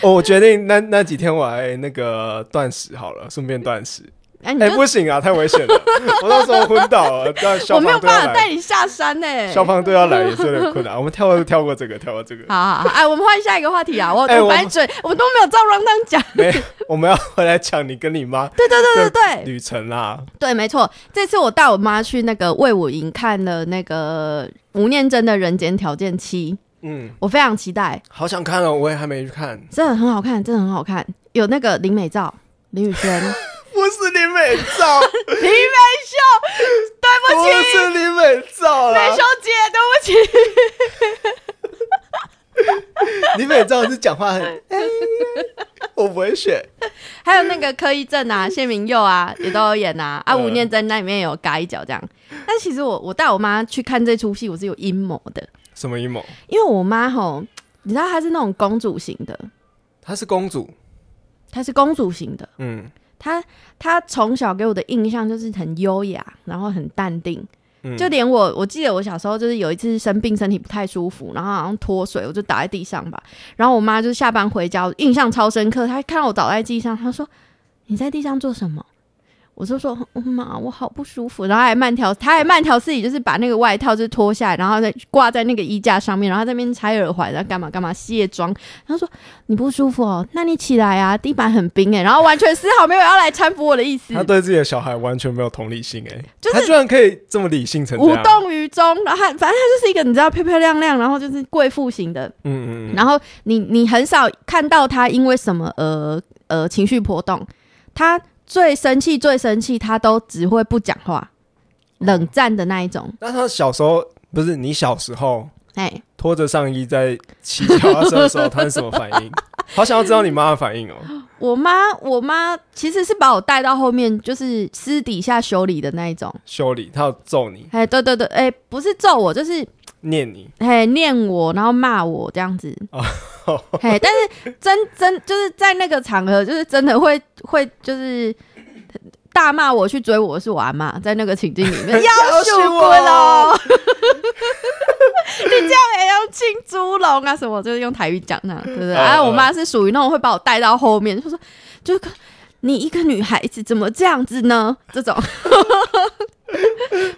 S2: 哦，我决定那那几天我来那个断食好了，顺便断食。
S1: 哎，你
S2: 哎、
S1: 就、
S2: 不行啊，太危险了，我到时候昏倒了，让消
S1: 我没有
S2: 防队要
S1: 办
S2: 来
S1: 法。带你下山呢、欸
S2: 消防队要来也是有点困难。我们跳过跳过这个，跳过这个。
S1: 好好好，哎，我们换下一个话题啊！我、
S2: 哎
S1: 我
S2: 我
S1: 反正准，我都没有照 round down 讲。
S2: 没，我们要回来讲你跟你妈
S1: 对对对对对
S2: 旅程啦。
S1: 对，没错。这次我带我妈去那个魏武营看了那个吴念真的《人间条件七》，
S2: 嗯，
S1: 我非常期待，
S2: 好想看哦，我也还没去看。
S1: 真的很好看，真的很好看。有那个林美照、林宇 轩、
S2: 不是林美 照，
S1: 林美秀，对不
S2: 不
S1: 起，
S2: 是林美照
S1: 美
S2: 啦
S1: 秀，姐，对不起。
S2: 林美照是讲话很，哎我不会选。
S1: 还有那个柯一正啊、谢明佑啊，也都有演啊。啊，
S2: 嗯
S1: 吴念真那里面也有嘎一脚这样。但其实我我带我妈去看这出戏，我是有阴谋的，
S2: 什么阴谋？
S1: 因为我妈吼，你知道她是那种公主型的，
S2: 她是公主，
S1: 她是公主型的，
S2: 嗯
S1: 她她从小给我的印象就是很优雅，然后很淡定，
S2: 嗯，
S1: 就连我，我记得我小时候就是有一次生病，身体不太舒服，然后好像脱水，我就倒在地上吧。然后我妈就下班回家，我印象超深刻。她看到我倒在地上，她说：“你在地上做什么？”我就说：“嗯妈，我好不舒服。”然后还慢条，她还慢条斯理，就是把那个外套就是脱下来，然后再挂在那个衣架上面，然后在那边拆耳环，然后干嘛干嘛卸妆。她说：“你不舒服哦，那你起来啊，地板很冰诶、然后完全丝毫没有要来搀扶我的意思。
S2: 她对自己的小孩完全没有同理心、哎，
S1: 就是
S2: 她居然可以这么理性成这
S1: 无
S2: 样，
S1: 动于衷，然后他反正他就是一个你知道漂漂亮亮，然后就是贵妇型的，
S2: 嗯嗯嗯，
S1: 然后你你很少看到他因为什么而呃情绪波动，他最生气最生气，他都只会不讲话，冷战的那一种，
S2: 那她小时候不是你小时候
S1: 哎，
S2: 拖着上衣在骑脚踏车的时候，她是什么反 应？好想要知道你妈的反应哦、
S1: 我妈我妈其实是把我带到后面，就是私底下修理的那一种，
S2: 修理，她要揍你，
S1: 哎，对对对，哎，不是揍我，就是
S2: 念你，
S1: 嘿，念我，然后骂我这样子。
S2: 哦
S1: 嘿，但是真真就是在那个场合，就是真的会会就是大骂我去追我的是我阿妈，在那个情境 里面要
S2: 是
S1: 秀
S2: 我
S1: 棍哦， 你这样也要进猪笼啊什么，就是用台语讲那样，对不对？
S2: 嗯
S1: 啊，
S2: 嗯
S1: 我妈是属于那种会把我带到后面，就说就是你一个女孩子怎么这样子呢？ 这种。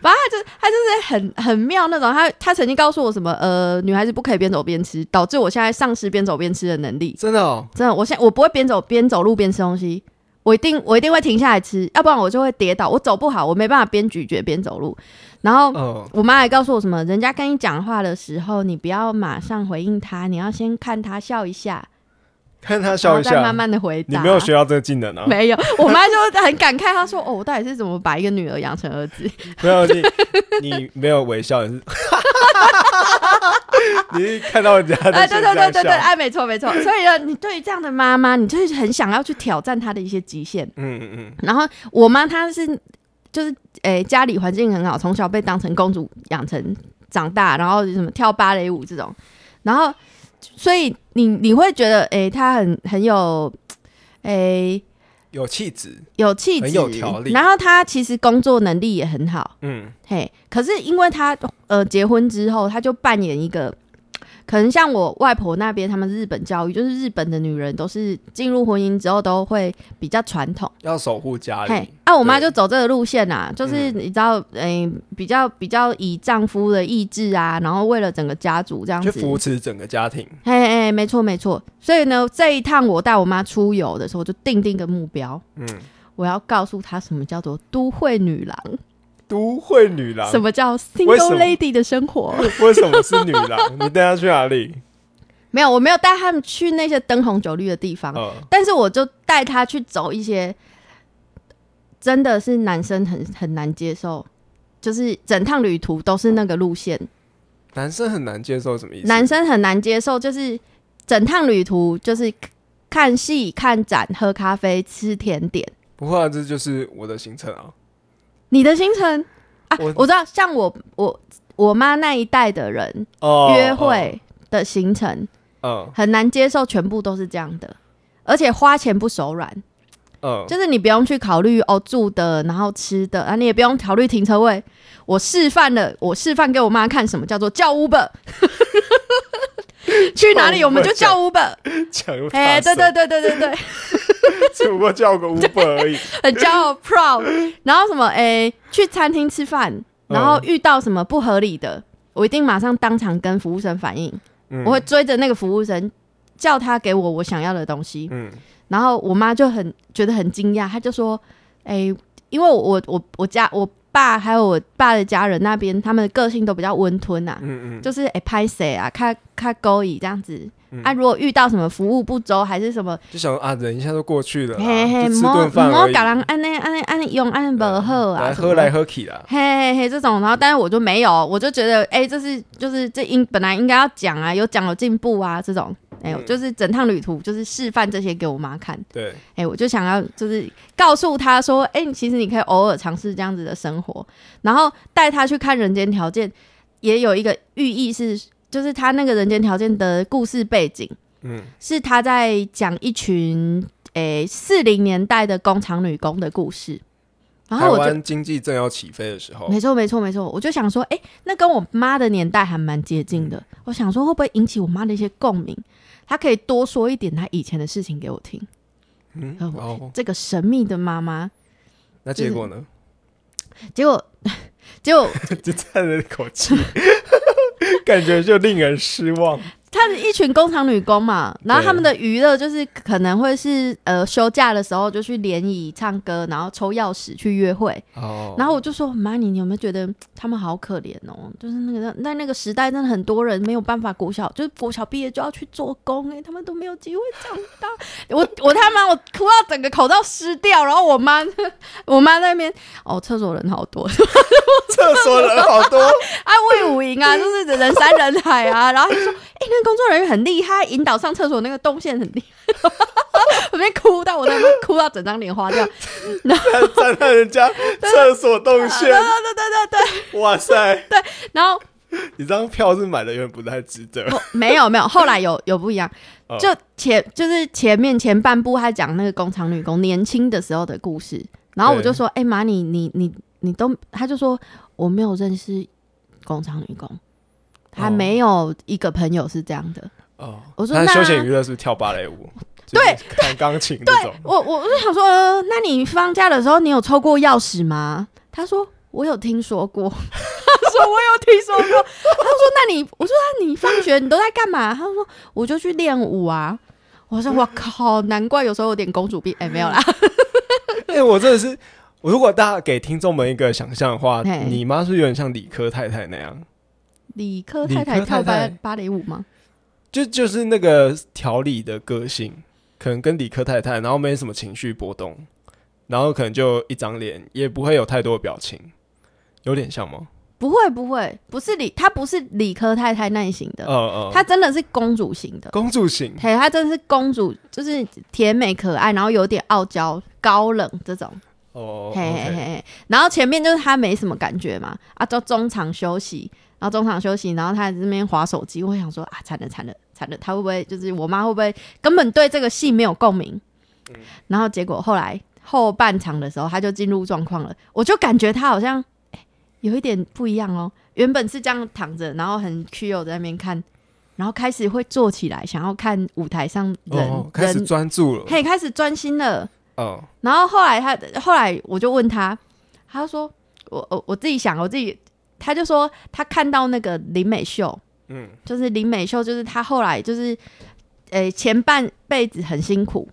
S1: 反正他就他就是很很妙那种，他他曾经告诉我什么呃，女孩子不可以边走边吃，导致我现在丧失边走边吃的能力。
S2: 真的哦、
S1: 真的，我现在我不会边走边走路边吃东西，我一定我一定会停下来吃，要不然我就会跌倒，我走不好，我没办法边咀嚼边走路。然后
S2: 嗯，
S1: 我妈还告诉我什么，人家跟你讲话的时候，你不要马上回应他，你要先看他笑一下，
S2: 看她笑
S1: 然
S2: 一
S1: 后再
S2: 下，
S1: 慢慢的回
S2: 你
S1: 答。
S2: 没有学到这个技能啊？
S1: 没有，我妈就很感慨，她说：“哦，我到底是怎么把一个女儿养成儿子？”
S2: 没有你，你没有微笑，你 是， 你是看到人家的
S1: 哎，
S2: 先
S1: 对
S2: 这样
S1: 对对对对，
S2: 笑
S1: 哎，没错没错。所以呢，你对于这样的妈妈，你就是很想要去挑战她的一些极限。
S2: 嗯嗯嗯，
S1: 然后我妈她是就是诶、家里环境很好，从小被当成公主养成长大，然后什么跳芭蕾舞这种，然后所以你你会觉得诶、她很很有诶、
S2: 有气质，
S1: 有气质，
S2: 很有条理
S1: 然后她其实工作能力也很好，
S2: 嗯，
S1: 嘿，可是因为他呃结婚之后，他就扮演一个，可能像我外婆那边，他们日本教育就是日本的女人都是进入婚姻之后都会比较传统，
S2: 要守护家
S1: 嘿
S2: 里，，
S1: 啊，我妈
S2: 对嗯
S1: 就走这个路线呐、就是你知道，诶、比较比较以丈夫的意志啊，然后为了整个家族这样
S2: 去
S1: 子，
S2: 扶持整个家庭，
S1: 嘿嘿，没错没错。所以呢，这一趟我带我妈出游的时候，我就定定个目标，
S2: 嗯，
S1: 我要告诉她什么叫做都会女郎，
S2: 都会女郎，
S1: 什么叫
S2: 啊为什
S1: single
S2: 么
S1: lady 的生活。
S2: 为什么是女郎？你带她去哪里？
S1: 没有，我没有带他们去那些灯红酒绿的地方，
S2: 嗯，
S1: 但是我就带他去走一些真的是男生很很难接受，就是整趟旅途都是那个路线，
S2: 嗯男生很难接受什么意思？
S1: 男生很难接受，就是整趟旅途就是看戏、看展、喝咖啡、吃甜点。
S2: 不会啊，这就是我的行程啊，
S1: 你的行程啊，
S2: 我
S1: 我知道，像我我我妈那一代的人、
S2: 哦，
S1: 约会的行程
S2: 哦，
S1: 很难接受，全部都是这样的，而且花钱不手软。
S2: 嗯嗯，
S1: 就是你不用去考虑哦住的，然后吃的，啊，你也不用考虑停车位。我示范了，我示范给我妈看什么叫做叫 Uber，去哪里我们就叫 Uber。
S2: 抢入
S1: 哎、
S2: 大
S1: 对
S2: 神
S1: 对，对对对对，
S2: 只不 过叫个 Uber 而已，
S1: 很骄傲 proud。然后什么哎、去餐厅吃饭，然后遇到什么不合理的，我一定马上当场跟服务生反映，
S2: 嗯
S1: 我会追着那个服务生叫他给我我想要的东西。
S2: 嗯
S1: 然后我妈就很觉得很惊讶，她就说：“哎、因为我我我家我爸还有我爸的家人那边，他们的个性都比较温吞啊，
S2: 嗯嗯，
S1: 就是哎拍谁啊，看看勾引这样子。
S2: 嗯
S1: 啊，如果遇到什么服务不周还是什么，
S2: 就想说啊，忍一下就过去了啦，
S1: 嘿嘿，
S2: 就吃
S1: 莫
S2: 顿饭
S1: 莫
S2: 而已
S1: 搞，人按那按那按那用按不好啊，
S2: 来
S1: 什么
S2: 喝
S1: 的
S2: 来喝去啦，
S1: 嘿嘿嘿，这种，然后但是我就没有，我就觉得，哎、这是就是这应本来应该要讲啊，有讲有进步啊，这种，哎、我
S2: 嗯
S1: 就是整趟旅途就是示范这些给我妈看，
S2: 对，
S1: 哎、我就想要就是告诉她说，哎、其实你可以偶尔尝试这样子的生活，然后带她去看《人间条件》，也有一个寓意是，就是他那个《人间条件》的故事背景
S2: 嗯，
S1: 是他在讲一群诶四零年代的工厂女工的故事，然
S2: 台
S1: 后我就。
S2: 湾经济正要起飞的时候，
S1: 没错，没错，没错。我就想说，哎、那跟我妈的年代还蛮接近的。我想说，会不会引起我妈的一些共鸣？她可以多说一点她以前的事情给我听。
S2: 嗯，
S1: 然后
S2: 哦，
S1: 这个神秘的妈妈，
S2: 那结果呢？
S1: 结果， 结果
S2: 就叹了一口气， 感觉就令人失望。
S1: 她的一群工厂女工嘛，然后
S2: 对
S1: 他们的娱乐就是可能会是呃休假的时候就去联谊、唱歌，然后抽钥匙去约会。
S2: 哦
S1: 然后我就说：“妈，你你有没有觉得他们好可怜哦？就是那个在那个时代，真的很多人没有办法国小，就是国小毕业就要去做工、哎，他们都没有机会长大。我我他妈，我哭到整个口罩湿掉，然后我妈 我妈在那边哦，厕所人好多，
S2: 厕所人好多，
S1: 啊，魏武营 啊，就是人山人海啊。然后他就说：“哎、那工作人员很厉害，引导上厕所那个动线很厉害。”我边哭到我在那边哭到整张脸 花掉。
S2: 还站在 人家厕所动线，
S1: 对对对对，
S2: 哇塞！
S1: 然后
S2: 你这张票是买的有点不太值得。
S1: 不，没有没有，后来有有不一样
S2: 哦，
S1: 就前就是前面前半部他讲那个工厂女工年轻的时候的故事，然后我就说，哎、妈，你你你你都，他就说我没有认识工厂女工，他
S2: 哦
S1: 没有一个朋友是这样的。
S2: 哦，
S1: 我说
S2: 那
S1: 那
S2: 休闲娱乐是不是跳芭蕾舞，
S1: 对，
S2: 弹钢琴那种，
S1: 我我我就想说，呃，那你放假的时候你有抽过钥匙吗？他说我有听说过， 他说我有听说过。他说那你，我说那你放学你都在干嘛？他说我就去练舞啊。我说我靠，难怪有时候有点公主病。哎、没有啦，
S2: 哎、我真的是，我如果大家给听众们一个想象的话，
S1: 嘿
S2: 你妈是不是有点像理科太太那样，
S1: 理科
S2: 理
S1: 太太
S2: 科
S1: 跳
S2: 太
S1: 芭
S2: 太
S1: 芭蕾舞吗？
S2: 就就是那个条理的个性，可能跟理科太太，然后没什么情绪波动，然后可能就一张脸，也不会有太多的表情，有点像吗？
S1: 不会不会，不是理，她不是理科太太那一型
S2: 呃
S1: 的，
S2: 呃，
S1: 她真的是公主型的。
S2: 公主型，
S1: 嘿，她真的是公主，就是甜美可爱，然后有点傲娇、高冷这种。
S2: 哦
S1: 嘿嘿嘿，
S2: ，OK，
S1: 嘿，然后前面就是他没什么感觉嘛，啊，到中场休息，然后中场休息，然后他在那边划手机，我想说啊，惨了惨了惨了，他会不会就是我妈会不会根本对这个戏没有共鸣？
S2: 嗯
S1: 然后结果后来后半场的时候，他就进入状况了，我就感觉他好像、哎有一点不一样哦，原本是这样躺着，然后很屈有在那边看，然后开始会坐起来，想要看舞台上人、
S2: 哦，开始
S1: 人，
S2: 专注了，
S1: 嘿，开始专心了。
S2: 哦，
S1: 然后后来他，后来我就问他，他说我我我自己想，我自己，他就说他看到那个林美秀，
S2: 嗯，
S1: 就是林美秀，就是他后来就是，呃、前半辈子很辛苦，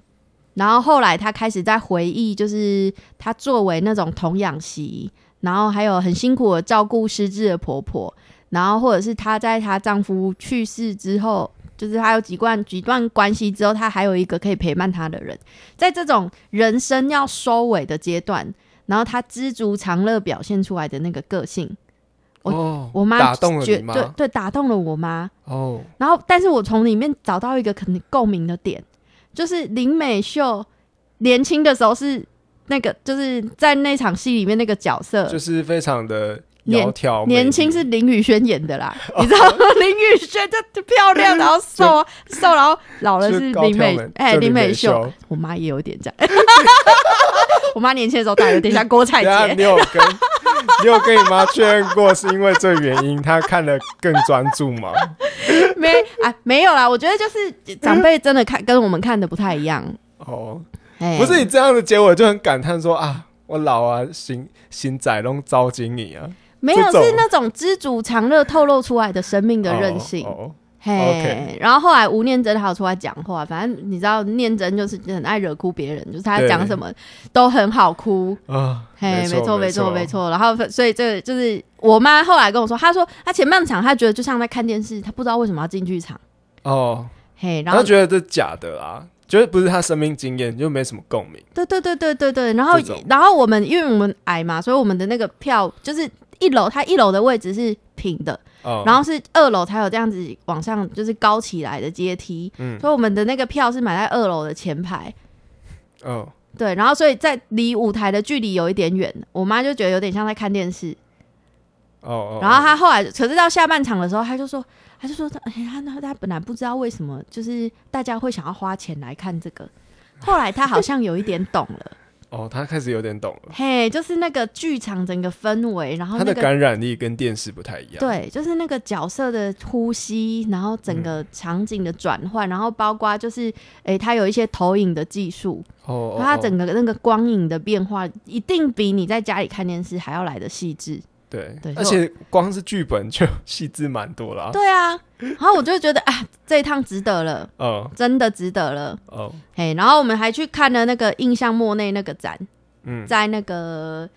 S1: 然后后来他开始在回忆，就是他作为那种童养媳，然后还有很辛苦的照顾失智的婆婆，然后或者是她在她丈夫去世之后。就是她有几段几段关系之后，她还有一个可以陪伴她的人，在这种人生要收尾的阶段，然后她知足常乐表现出来的那个个性，我
S2: 哦，
S1: 我妈
S2: 打动了
S1: 觉
S2: 你
S1: 对
S2: 妈，
S1: 对打动了我妈。
S2: 哦，
S1: 然后，但是我从里面找到一个可能共鸣的点，就是林美秀年轻的时候是那个，就是在那场戏里面那个角色
S2: 就，是非常的
S1: 呃年
S2: 窈窕美丽，
S1: 年轻是林宇轩演 的啦，你知道吗？林宇轩就就漂亮，然后瘦啊瘦，然后老了
S2: 就是高
S1: 林
S2: 挑
S1: 美
S2: 们，
S1: 哎
S2: 就
S1: 林
S2: 林
S1: 美
S2: 美
S1: 秀
S2: 秀，
S1: 我妈也有点这样。 我妈年轻的时候大概有点像郭采
S2: 对啊，
S1: 洁，
S2: 你有跟你有跟你妈确认过是因为这个原因，她看得更专注吗？
S1: 没啊没有啦，我觉得就是长辈真的看跟我们看的不太一样，
S2: 哦，
S1: 哎，
S2: 不是你这样的结果就很感叹说啊，我老啊，行行仔弄糟经你啊，
S1: 没有，
S2: 这种
S1: 是那种知足常乐透露出来的生命的韧性。
S2: 哦
S1: 嘿
S2: OK
S1: 然后后来吴念真还有出来讲话，反正你知道念真就是很爱惹哭别人，就是他
S2: 对
S1: 讲什么都很好哭。
S2: 哦啊，
S1: 嘿，没错，没
S2: 错，
S1: 没。错。然后所以这就是我妈后来跟我说，她说她前半场她觉得就像在看电视，她不知道为什么要进剧场。
S2: 哦，
S1: 嘿，然
S2: 她
S1: 后
S2: 觉得这假的啊，觉得不是她生命经验，就没什么共鸣。
S1: 对对对对对对，然后
S2: 这种
S1: 然后我们因为我们矮嘛，所以我们的那个票就是一楼它一楼的位置是平的，
S2: 嗯
S1: 然后是二楼才有这样子往上就是高起来的阶梯，
S2: 嗯
S1: 所以我们的那个票是买在二楼的前排。
S2: 嗯，
S1: 对，然后所以在离舞台的距离有一点远，我妈就觉得有点像在看电视。
S2: 哦哦，
S1: 然后她后来，可是到下半场的时候，她就说，她就说，哎，她她她本来不知道为什么，就是大家会想要花钱来看这个。后来她好像有一点懂了，
S2: 哦，他开始有点懂了，
S1: 嘿，就是那个剧场整个氛围，然后
S2: 他
S1: 那
S2: 的
S1: 个
S2: 感染力跟电视不太一样。，
S1: 对，就是那个角色的呼吸，然后整个
S2: 嗯
S1: 场景的转换，然后包括就是，诶，它有一些投影的技术，
S2: 哦，哦
S1: 它
S2: 哦
S1: 整个那个光影的变化，一定比你在家里看电视还要来的细致。
S2: 对
S1: 对，
S2: 而
S1: 所以
S2: 且光是剧本就细致蛮多啦。
S1: 对啊，然后我就觉得啊，这一趟值得了，
S2: 嗯
S1: 真的值得了。
S2: 哦，
S1: 嘿，然后我们还去看了那个印象莫内那个展，
S2: 嗯
S1: 在那个。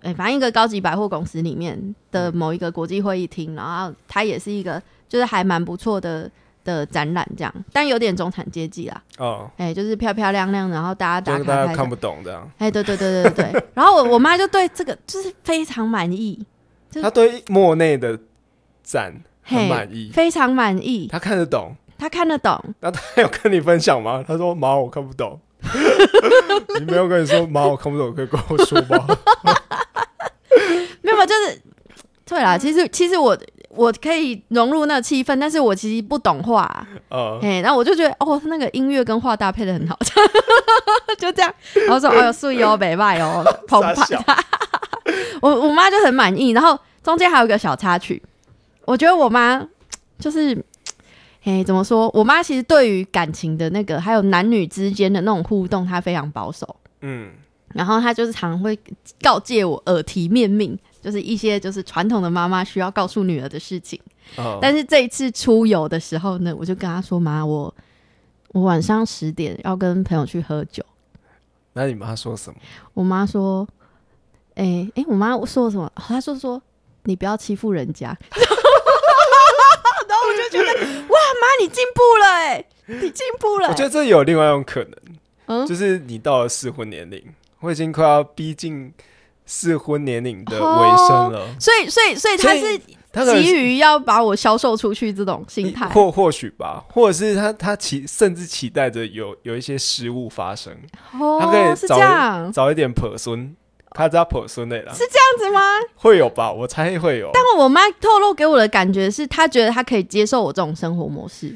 S1: 诶反正一个高级百货公司里面的
S2: 嗯
S1: 某一个国际会议厅，然后它也是一个就是还蛮不错的的展览，这样，但有点中产阶级啦，
S2: 哦，
S1: 哎、就是漂漂亮亮，然后大家
S2: 就
S1: 打
S2: 是
S1: 卡
S2: 大
S1: 拍
S2: 家看
S1: 照
S2: 不，懂这样。
S1: 哎、对对对对对 对，然后我我妈就对这个就是非常满意，就是
S2: 他对莫内的展很
S1: 嘿
S2: 满意，
S1: 非常满意，
S2: 他看得懂。
S1: 她看得懂，
S2: 那他有跟你分享吗？他说妈，我看 不懂。你没有跟你说妈，我看不懂，可以跟我说吗？
S1: 没有，就是对啦。其实其实我我可以融入那个气氛，但是我其实不懂啊画、
S2: 呃，
S1: 嘿，那我就觉得哦，那个音乐跟画搭配的很好， 就这样。然后说哦，素哦，北外哦，澎湃
S2: 傻笑。
S1: 我我妈就很满意，然后中间还有一个小插曲，我觉得我妈就是，哎，怎么说？我妈其实对于感情的那个，还有男女之间的那种互动，她非常保守。
S2: 嗯，
S1: 然后她就是常会告诫我耳提面命，就是一些就是传统的妈妈需要告诉女儿的事情。
S2: 哦
S1: 但是这一次出游的时候呢，我就跟她说：“妈，我我晚上十点要跟朋友去喝酒。
S2: 那你妈说什么？”
S1: 我妈说：“哎、诶，哎、我妈说什么？哦她说说你不要欺负人家。”然后我就觉得 哇，妈，你进步了哎、你进步了、
S2: 我觉得这有另外一种可能，
S1: 嗯
S2: 就是你到了适婚年龄，我已经快要逼近适婚年龄的尾声了。
S1: 所以，所以，所以她
S2: 所
S1: 是
S2: 以他可能
S1: 哦急
S2: 是
S1: 于要把我销售出去这种心态。
S2: 或或许吧，或者是他他期甚至期待着有有一些失误发生， 他可
S1: 哦，
S2: 以
S1: 是这
S2: 找
S1: 样，
S2: 早一点破孙，他知道破孙的啦，
S1: 这样子吗？
S2: 会有吧？我猜会有。
S1: 但我妈透露给我的感觉是，她觉得她可以接受我这种生活模式，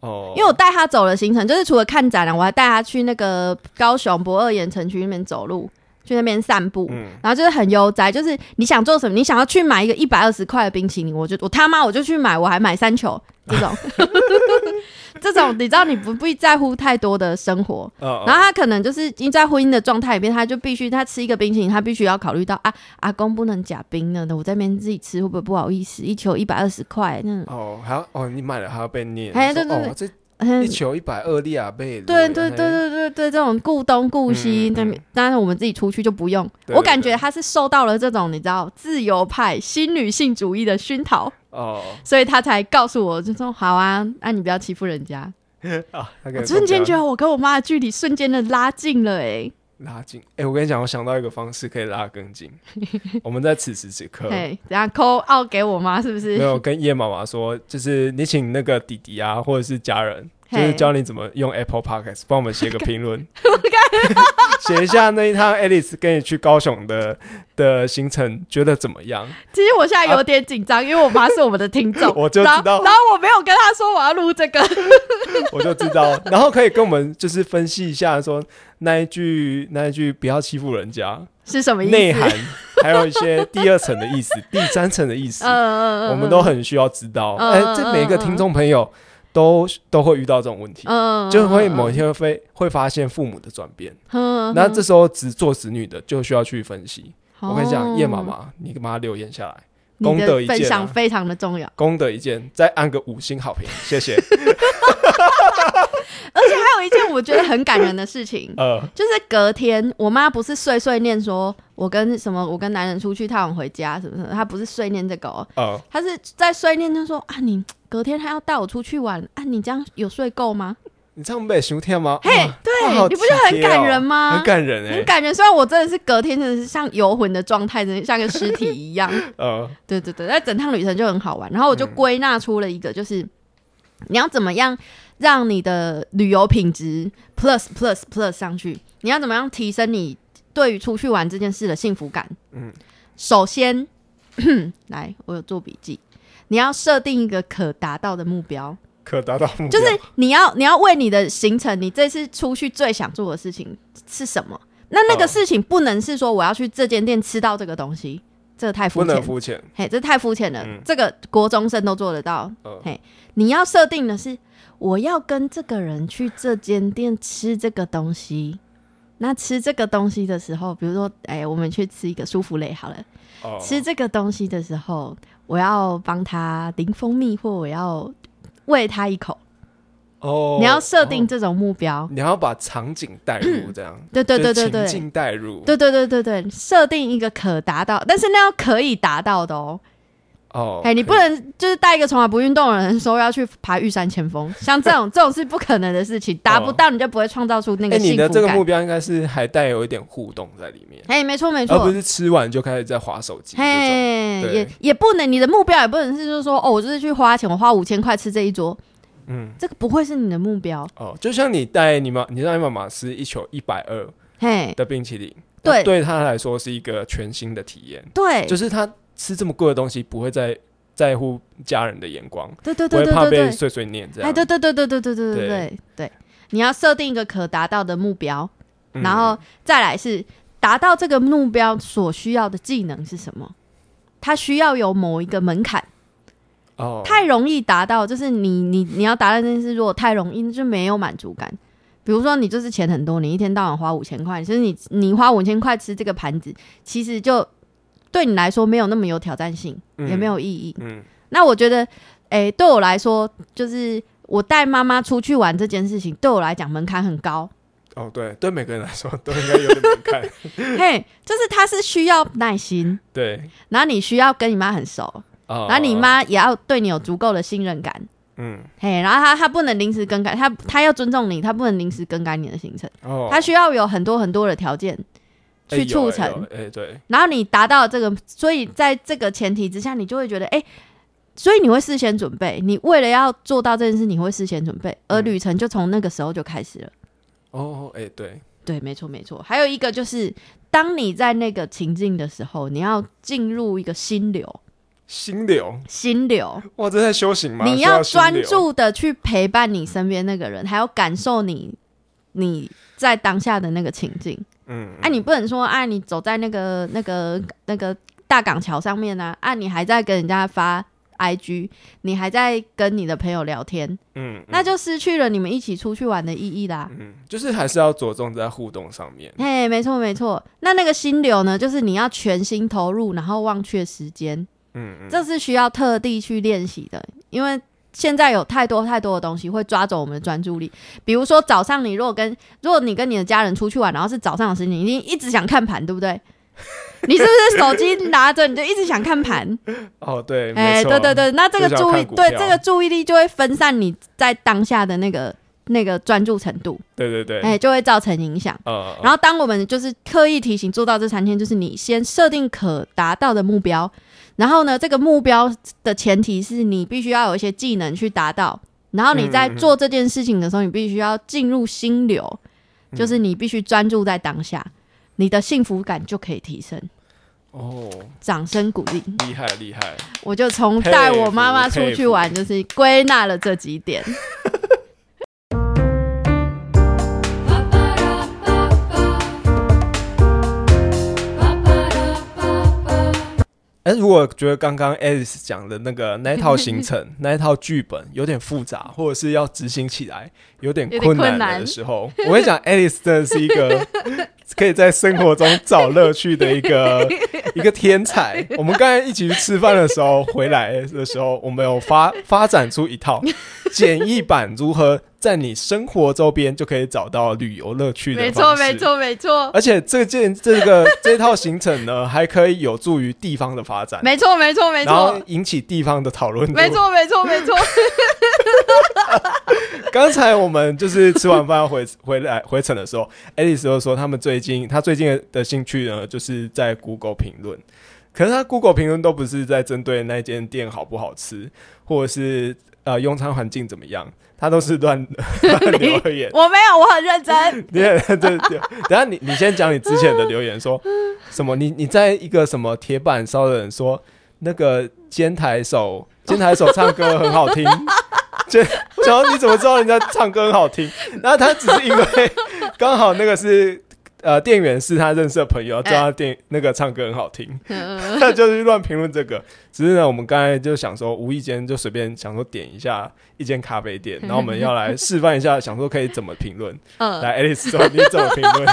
S2: 哦，
S1: 因为我带她走了行程，就是除了看展览，啊我还带她去那个高雄博二盐城区那边走路，去那边散步。
S2: 嗯，
S1: 然后就是很悠哉，就是你想做什么，你想要去买一个一百二十块的冰淇淋，我就我他妈我就去买，我还买三球这 种，这种你知道你不不在乎太多的生活，
S2: 哦
S1: 然后他可能就是因为在婚姻的状态里面，他就必须他吃一个冰淇淋，他必须要考虑到啊，阿公不能假冰了，我在那边自己吃会不会不好意思？一球一百二十块，那
S2: 哦，还要哦，你买了还要被念，
S1: 哎
S2: 说
S1: 对对
S2: 哦，这
S1: 嗯
S2: 一，球一百二利亚贝，
S1: 对对对对对对，这种顾东顾西，
S2: 嗯嗯
S1: 那、
S2: 嗯
S1: 当然我们自己出去就不用。
S2: 对
S1: 我
S2: 对
S1: 感觉
S2: 对
S1: 他是受到了这种你知道自由派新女性主义的熏陶，
S2: 哦
S1: 所以他才告诉我，就说好啊，那、你不要欺负人家。
S2: 啊，
S1: 我
S2: 那个
S1: 瞬间觉得我跟我妈的距离瞬间的拉近了、欸，
S2: 拉近。哎，我跟你讲，我想到一个方式可以拉更近。我们在此时此刻
S1: 哎，嘿，等下扣奥给我妈是不
S2: 呃没
S1: 是？
S2: 有跟叶妈妈说，就是你请那个弟弟啊，或者是家人，就
S1: 嘿
S2: 是教你怎么用 Apple Podcast，帮我们写个 评论，写一下那一趟 Alice 跟你去高雄的的行程，觉得怎么样？，
S1: 其实我现在有点紧张，因为我妈是我们的听众
S2: 啊 我就知
S1: 然后
S2: 道
S1: 然后我没有跟她说我要录这个，
S2: 我就知道，然后可以跟我们就是分析一下说那一句那一句不要欺负人家
S1: 是什么意思？
S2: 内涵，还有一些第二层的意思、第三层的意 思，
S1: 嗯，嗯嗯嗯，
S2: 我们都很需要知道。
S1: 嗯
S2: 哎、
S1: 嗯
S2: 这
S1: 嗯
S2: 每个
S1: 嗯
S2: 听众朋友都都会遇到这种问题。
S1: 嗯，嗯，
S2: 就会某一
S1: 些，
S2: 天会会发现父母的转变，
S1: 嗯
S2: 那这时候只做子女的就需要去分析。我跟你讲，叶妈，
S1: 嗯
S2: 妈，你妈留言下来，
S1: 嗯哦
S2: 功
S1: 你
S2: 德一
S1: 的
S2: 件
S1: 分
S2: 啊
S1: 享非常的重要，
S2: 功德一件，再按个五星 好评，谢谢。。
S1: 而且还有一件我觉得很感人的事情
S2: 呃，
S1: 就是隔天，我妈不是碎碎念说，我跟什么，我跟男人出去，她想回家，什么什么，她不是碎念这个、哦，
S2: 呃，
S1: 她是在碎念，她说啊，你隔天还要带我出去玩，啊，你这样有睡够吗？
S2: 你这样被熊天吗？
S1: 嘿
S2: 哇，哇
S1: 对，
S2: 好
S1: 你不觉得
S2: 体
S1: 很
S2: 贴哦
S1: 感人吗？
S2: 很感人哎、
S1: 很感人。虽然我真的是隔天真的是像游魂的状态，真的像个尸体一样。
S2: 呃，
S1: 对对对，那整趟旅程就很好玩。然后我
S2: 嗯
S1: 就归纳出了一个，就是、你要怎么样让你的旅游品质 plus plus plus 上去？你要怎么样提升你对于出去玩这件事的幸福感？
S2: 嗯
S1: 嗯，首先， 来，我有做笔记。你要设定一个可达到的目标，
S2: 可达到目标
S1: 就是你要你要为你的行程，你这次出去最想做的事情是什么？那那个
S2: 哦
S1: 事情不能是说我要去这间店吃到这个东西，这个太肤浅
S2: 不能
S1: 了。
S2: 肤浅，
S1: 嘿，这太肤浅了，
S2: 嗯
S1: 这个国中生都做得到。
S2: 嗯
S1: 嘿，你要设定的是，我要跟这个人去这间店吃这个东西。那吃这个东西的时候，比如说，哎、我们去吃一个舒芙蕾好了。
S2: 哦，
S1: 吃这个东西的时候，我要帮他淋蜂蜜，或我要喂他一口。
S2: 哦，
S1: 你要设定
S2: 哦，
S1: 这种目标。
S2: 你要把场景带入，这样
S1: 对对对
S2: 就
S1: 对
S2: 是
S1: 对，
S2: 情境带入，
S1: 对对对对对，设定一个可达到，但是那要可以达到的哦。
S2: 哦，
S1: 哎、你不能就是带一个从来不运动的人说要去爬玉山前 锋，像这种这种是不可能的事情，达不到你就不会创造出那
S2: 哦哎，
S1: 个
S2: 你
S1: 幸
S2: 的
S1: 福
S2: 这个
S1: 感
S2: 目。标应该是还带有一点互动在里面，
S1: 哎、没错没
S2: 而哦不
S1: 错，
S2: 是吃完就开始在划手机这种。
S1: 嘿，
S2: 对
S1: 也也不能，你的目标也不能是就是说哦，我就是去花钱，我花五千块吃这一桌，
S2: 嗯，
S1: 这个不会是你的目标。
S2: 哦，就像你带你妈，你让你妈妈吃一球一百二
S1: 嘿，
S2: 的冰淇淋，
S1: 对
S2: 那对她来说是一个全新的体验，
S1: 对，
S2: 就是她吃这么贵的东西不会再在乎家人的眼光，
S1: 对对
S2: 不
S1: 对
S2: 会
S1: 对
S2: 怕
S1: 对
S2: 被
S1: 对，
S2: 碎碎念这样。
S1: 哎，对对对对对对对对
S2: 对
S1: 对对，你要设定一个可达到的目标，
S2: 嗯
S1: 然后再来是达到这个目标所需要的技能是什么？它需要有某一个门槛，
S2: 哦，
S1: 太容易达到，就是你你你要达到这件事，如果太容易，那就没有满足感。比如说，你就是钱很多，你一天到晚花五千块，就是你你花五千块吃这个盘子，其实就对你来说没有那么有挑战性，
S2: 嗯
S1: 也没有意义。
S2: 嗯
S1: 那我觉得，诶、对我来说，就是我带妈妈出去玩这件事情，对我来讲门槛很高。
S2: 哦，对，对每个人来说都应该有点门 槛，
S1: 嘿，就是它是需要耐心，
S2: 对。
S1: 然后你需要跟你妈很熟，
S2: 哦
S1: 然后你，妈也要对你有足够的信任感。
S2: 嗯，
S1: 嘿，然后她她不能临时更改，她她要尊重你，她不能临时更改你的行程，
S2: 哦，
S1: 她需要有很多很多的条件
S2: 哎
S1: 去促，
S2: 有
S1: 成
S2: 啊。有啊哎，对，
S1: 然后你达到这个，所以在这个前提之下，你就会觉得，哎、所以你会事先准备，你为了要做到这件事，你会事先准备，而
S2: 嗯
S1: 旅程就从那个时候就开始了。
S2: 哦，哎，对，
S1: 对，没错，没错。还有一个就是，当你在那个情境的时候，你要进入一个心流，
S2: 心流，
S1: 心流，
S2: 哇，这在修行吗？
S1: 你
S2: 需要心
S1: 专
S2: 流，
S1: 注的去陪伴你身边那个人，还要感受你你在当下的那个情境。
S2: 嗯，
S1: 啊，你不能说啊，你走在那个那个那个大港桥上面啊，啊，你还在跟人家发 IG，你还在跟你的朋友聊天，
S2: 嗯，嗯
S1: 那就失去了你们一起出去玩的意义啦。
S2: 嗯，就是还是要着重在互动上面。
S1: 嘿，没错没错，那那个心流呢，就是你要全心投入，然后忘却时间，
S2: 嗯嗯，
S1: 这是需要特地去练习的，因为现在有太多太多的东西会抓走我们的专注力。比如说早上你如果跟如果你跟你的家人出去玩，然后是早上的事情，你一定一直想看盘，对不对？你是不是手机拿着你就一直想看 盘？
S2: 哦，对，
S1: 哎、
S2: 没错
S1: 对对，对，那这个
S2: 就想
S1: 注意
S2: 看股票
S1: 对这个注意力就会分散你在当下的那个那个专注程度，
S2: 对对对，
S1: 哎、就会造成影响。
S2: 呃，
S1: 然后，当我们就是刻意提醒做到这三天，就是你先设定可达到的目标，然后呢，这个目标的前提是你必须要有一些技能去达到，然后你在
S2: 嗯嗯嗯
S1: 做这件事情的时候，你必须要进入心流，
S2: 嗯
S1: 就是你必须专注在当下，你的幸福感就可以提升。
S2: 哦，
S1: 掌声鼓励！
S2: 厉害厉害，
S1: 我就从
S2: 佩服
S1: 带我妈妈出
S2: 佩
S1: 去
S2: 服
S1: 玩，就是归纳了这几点。
S2: 哎，如果觉得刚刚 Alice 讲的那个那一套 行程、那一套剧本有点复杂，或者是要执行起来有点
S1: 有点
S2: 困
S1: 困
S2: 难
S1: 难
S2: 的时候，我会讲 Alice 真的是一个可以在生活中找乐趣的一 个一个天才。我们刚才一起去吃饭的 时候，回来的时候，我们有发发展出一套简易版如何在你生活周边就可以找到旅游乐趣的
S1: 没错，
S2: 方式
S1: 没。错，没错，
S2: 而且这件这个这套行程呢，还可以有助于地方的发展，
S1: 没错，没错，没
S2: 然后
S1: 错，
S2: 引起地方的讨论度。
S1: 没错，没错，没错。
S2: 刚才我们就是吃完饭回 回来回程的时候，Alice 就说他们最近他最近的兴趣呢，就是在 Google 评论。可是他 Google 评论都不是在针对那间店好不好吃，或者是呃用餐环境怎么样，他都是乱 乱留言。
S1: 我没有，我很认 真。 嗯
S2: 你也对对，对等一下你你先讲你之前的留言说什么？你你在一个什么铁板烧的人说那个尖台手尖台手唱歌很好听， 尖然后你怎么知道人家唱歌很好听？然后他只是因为刚好那个是呃店员是他认识的朋友，知道他店、那个唱歌很好听，
S1: 嗯
S2: 他就是乱评论这个。只是呢，我们刚才就想说，无意间就随便想说点一下一间咖啡店，然后我们要来示范一下，想说可以怎么评论。
S1: 嗯，
S2: 来，Alice 说你怎么评 论？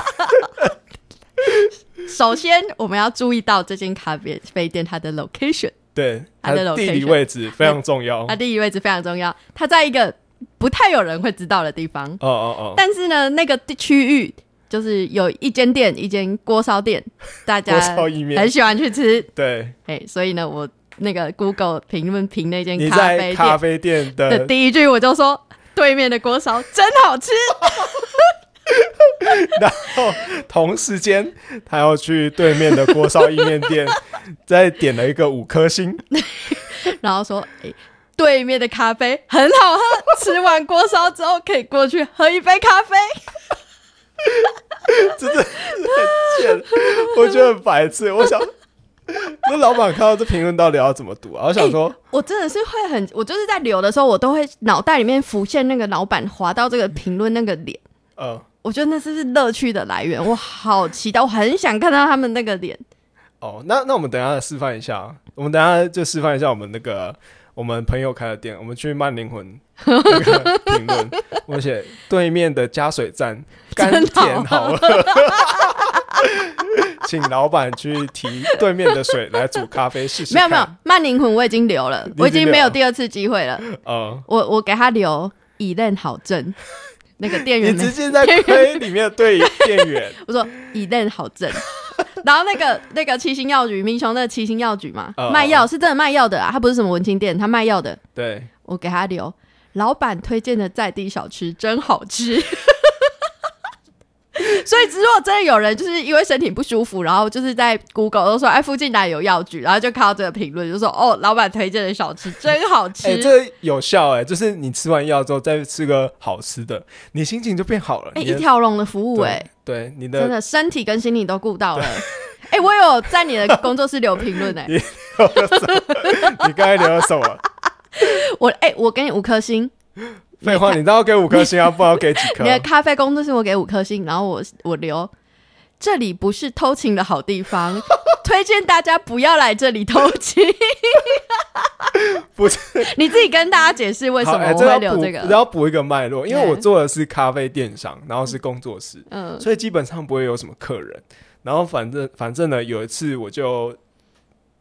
S1: 首先我们要注意到这间咖啡啡店它的 location，
S2: 对，它
S1: 它的
S2: 的地理
S1: location
S2: 位置非常重要。哦
S1: 它地理位置非常重要，它在一个不太有人会知道的地方。
S2: 哦哦，
S1: 但是呢，那个地区域就是有一间店，一间锅烧 店，大家
S2: 锅烧意面
S1: 很喜欢去吃。
S2: 对，
S1: 哎，所以呢，我那个 Google 评论评那间
S2: 你
S1: 咖啡
S2: 在
S1: 店
S2: 咖啡店
S1: 的
S2: 的
S1: 第一句，我就说对面的锅烧真好 吃。
S2: 同时间，他要去对面的锅烧意面店，再点了一个五颗星。
S1: 然后说，哎、对面的咖啡很好喝，吃完锅烧之后可以过去喝一杯咖啡。
S2: 贱我觉得很白痴。我想，那老板看到这评论到底要怎么读啊？我想说，
S1: 我真的是会很，我就是在留的时候，我都会脑袋里面浮现那个老板滑到这个评论那个脸，
S2: 呃，
S1: 我觉得那是乐趣的来源。我好期待，我很想看到他们那个脸。
S2: 哦，那那我们等一下示范一下啊，我们等一下就示范一下我们那个我们朋友开的店，我们去慢灵魂 那个评论，我写对面的加水站甘
S1: 真哦好
S2: 甜好喝， 请老板去提对面的水来煮咖啡试试。
S1: 没有没有，，慢灵魂我已经留了，我已经没有第二次机会了。
S2: 呃，
S1: 我我给他留以任好正，那个店
S2: 你
S1: 员的
S2: 直接在推里面的对店 员，
S1: 我说以任好正。 然后那个那个七星药局，民雄那个七星药局嘛，
S2: 哦
S1: 卖药是真的卖药的啊，他不是什么文青店，他卖药的。
S2: 对，
S1: 我给他留，老板推荐的在地小吃真好 吃。所以，如果真的有人就是因为身体不舒服，然后就是在 Google 都说哎附近哪里有药局，然后就看到这个评论，就说哦老板推荐的小吃真好吃。
S2: 哎、这有效哎、就是你吃完药之后再吃个好吃的，你心情就变好了。
S1: 哎、
S2: 你
S1: 一
S2: 的
S1: 条龙的服务哎、
S2: 对，对你的
S1: 真的身体跟心理都顾 到了。哎、我有在你的工作室留评论哎，
S2: 你刚才聊了什么？
S1: 我哎、我给你五颗星，
S2: 废话，你都要给五颗星啊，不然要给几颗
S1: 你？的咖啡工作室我给五颗星，然后我我留这里不是偷情的好地 方，推荐大家不要来这里偷情。
S2: 不是
S1: 你自己跟大家解释为什
S2: 好
S1: 么
S2: 哎
S1: 我
S2: 这
S1: 会
S2: 要
S1: 留
S2: 补
S1: 这
S2: 这
S1: 个。
S2: 要补一个脉络，因为
S1: 对
S2: 我做的是咖啡电商，然后是工作室，
S1: 嗯，
S2: 所以基本上不会有什么客人。然后反正反正呢，有一次我就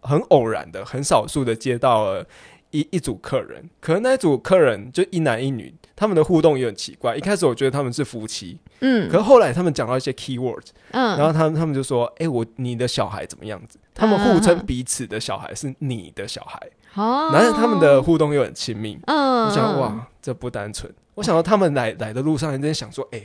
S2: 很偶然的、很少数的接到了一一组客人，可能那一组客人就一男一女，他们的互动也很奇怪。一开始我觉得他们是夫妻，
S1: 嗯
S2: 可是后来他们讲到一些 keyword，然
S1: 嗯，
S2: 后他们他们就说：“哎、我你的小孩怎么样子？”他
S1: 啊
S2: 们互称彼此的小孩是你的小孩，
S1: 哦
S2: 然后他们的互动又很亲密。
S1: 嗯，
S2: 我想，哇，这不单纯。我想到他们来来的路上，真的想说：“哎、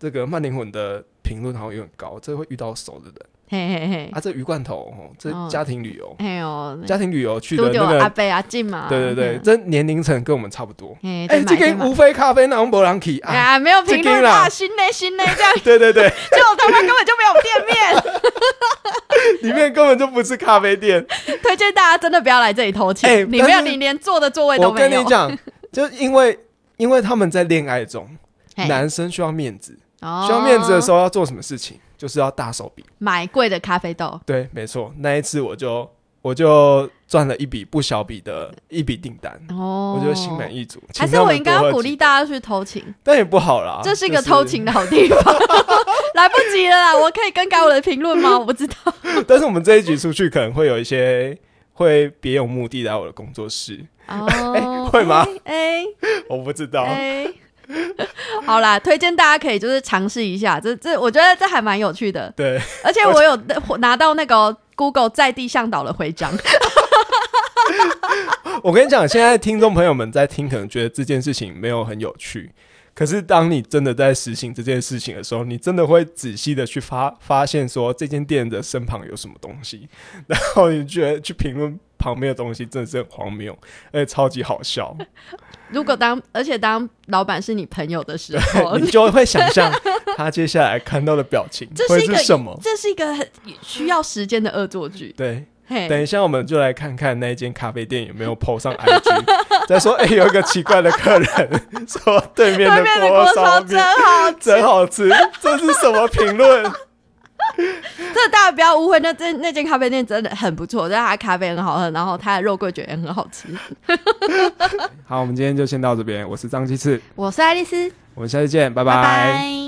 S2: 这个慢灵魂的评论好像有点高，这会遇到熟的人
S1: 嘿嘿嘿，
S2: 啊。”这鱼罐头，哦，这
S1: 哦
S2: 家庭旅游，
S1: 哎呦，
S2: 家庭旅游去的
S1: 丢丢
S2: 那
S1: 啊阿
S2: 个，
S1: 贝阿进嘛，
S2: 对对对，
S1: 嗯，
S2: 这年龄层跟我们差不多。
S1: 哎，
S2: 哎、
S1: 再买
S2: 这
S1: 再
S2: 个
S1: 买
S2: 无非咖啡那种博朗奇
S1: 哎
S2: 啊，
S1: 呀，没有评
S2: 这个
S1: 论
S2: 啦
S1: 啊，新嘞新嘞这样，
S2: 对对 对，
S1: 结果他妈根本就没有店面，
S2: 里面根本就不是咖啡店。
S1: 推荐大家真的不要来这里偷情
S2: 哎，
S1: 你没有，
S2: 但是
S1: 你连坐的座位都
S2: 我
S1: 没有。
S2: 跟你讲，就因为因为他们在恋爱中，
S1: 嘿
S2: 男生需要面子，
S1: 哦
S2: 需要面子的时候要做什么事情，就是要大手笔。
S1: 买贵的咖啡豆，
S2: 对，没错，那一次我就我就赚了一笔不小笔的一笔订单，
S1: 哦，
S2: 嗯我就心满。意足。
S1: 还
S2: 请
S1: 是
S2: 他
S1: 我
S2: 们
S1: 应该要
S2: 多喝
S1: 鼓
S2: 几
S1: 励，大家去偷情，
S2: 但也不好啦。
S1: 这是一个
S2: 就是
S1: 偷情，的好地方。来不及了啦，我可以更改我的评论 吗？我不知道。
S2: 但是我们这一局出去可能会有一些会别有目的来我的工作室，
S1: 哦，
S2: 哎会吗
S1: 哎？哎
S2: 我不知道。
S1: 哎， 好啦，推荐大家可以就是尝试一下，这这我觉得这还蛮有趣的，
S2: 对，
S1: 而且我有拿到那个 Google 在地向导的徽章，
S2: 我跟你讲，现在听众朋友们在听，可能觉得这件事情没有很有趣，可是当你真的在实行这件事情的时候，你真的会仔细的去发发现说这间店的身旁有什么东西， 然后你觉得去评论旁边的东西，真的是很荒谬，而且超级好笑，
S1: 如果当而且当老板是你朋友的时候，
S2: 你就会想象他接下来看到的表情
S1: 这
S2: 会
S1: 是一
S2: 是
S1: 个
S2: 什么。
S1: 这是一个很需要时间的恶作剧。
S2: 对，
S1: 嘿，
S2: 等一下我们就来看看那一间咖啡店有没有 PO 上 IG，再说哎、有一个奇怪的客人 说对面
S1: 对
S2: 的
S1: 面的
S2: 锅
S1: 锅烧
S2: 烧
S1: 真
S2: 面
S1: 好，
S2: 真好吃，这是什么评论？
S1: 这大家不要误会，那这那间咖啡店真的很不错，但它咖啡很好喝，然后它的肉桂卷也很好吃。
S2: 好，我们今天就先到这边，我是张鸡翅，
S1: 我是爱丽丝，
S2: 我们下次见，拜
S1: 拜拜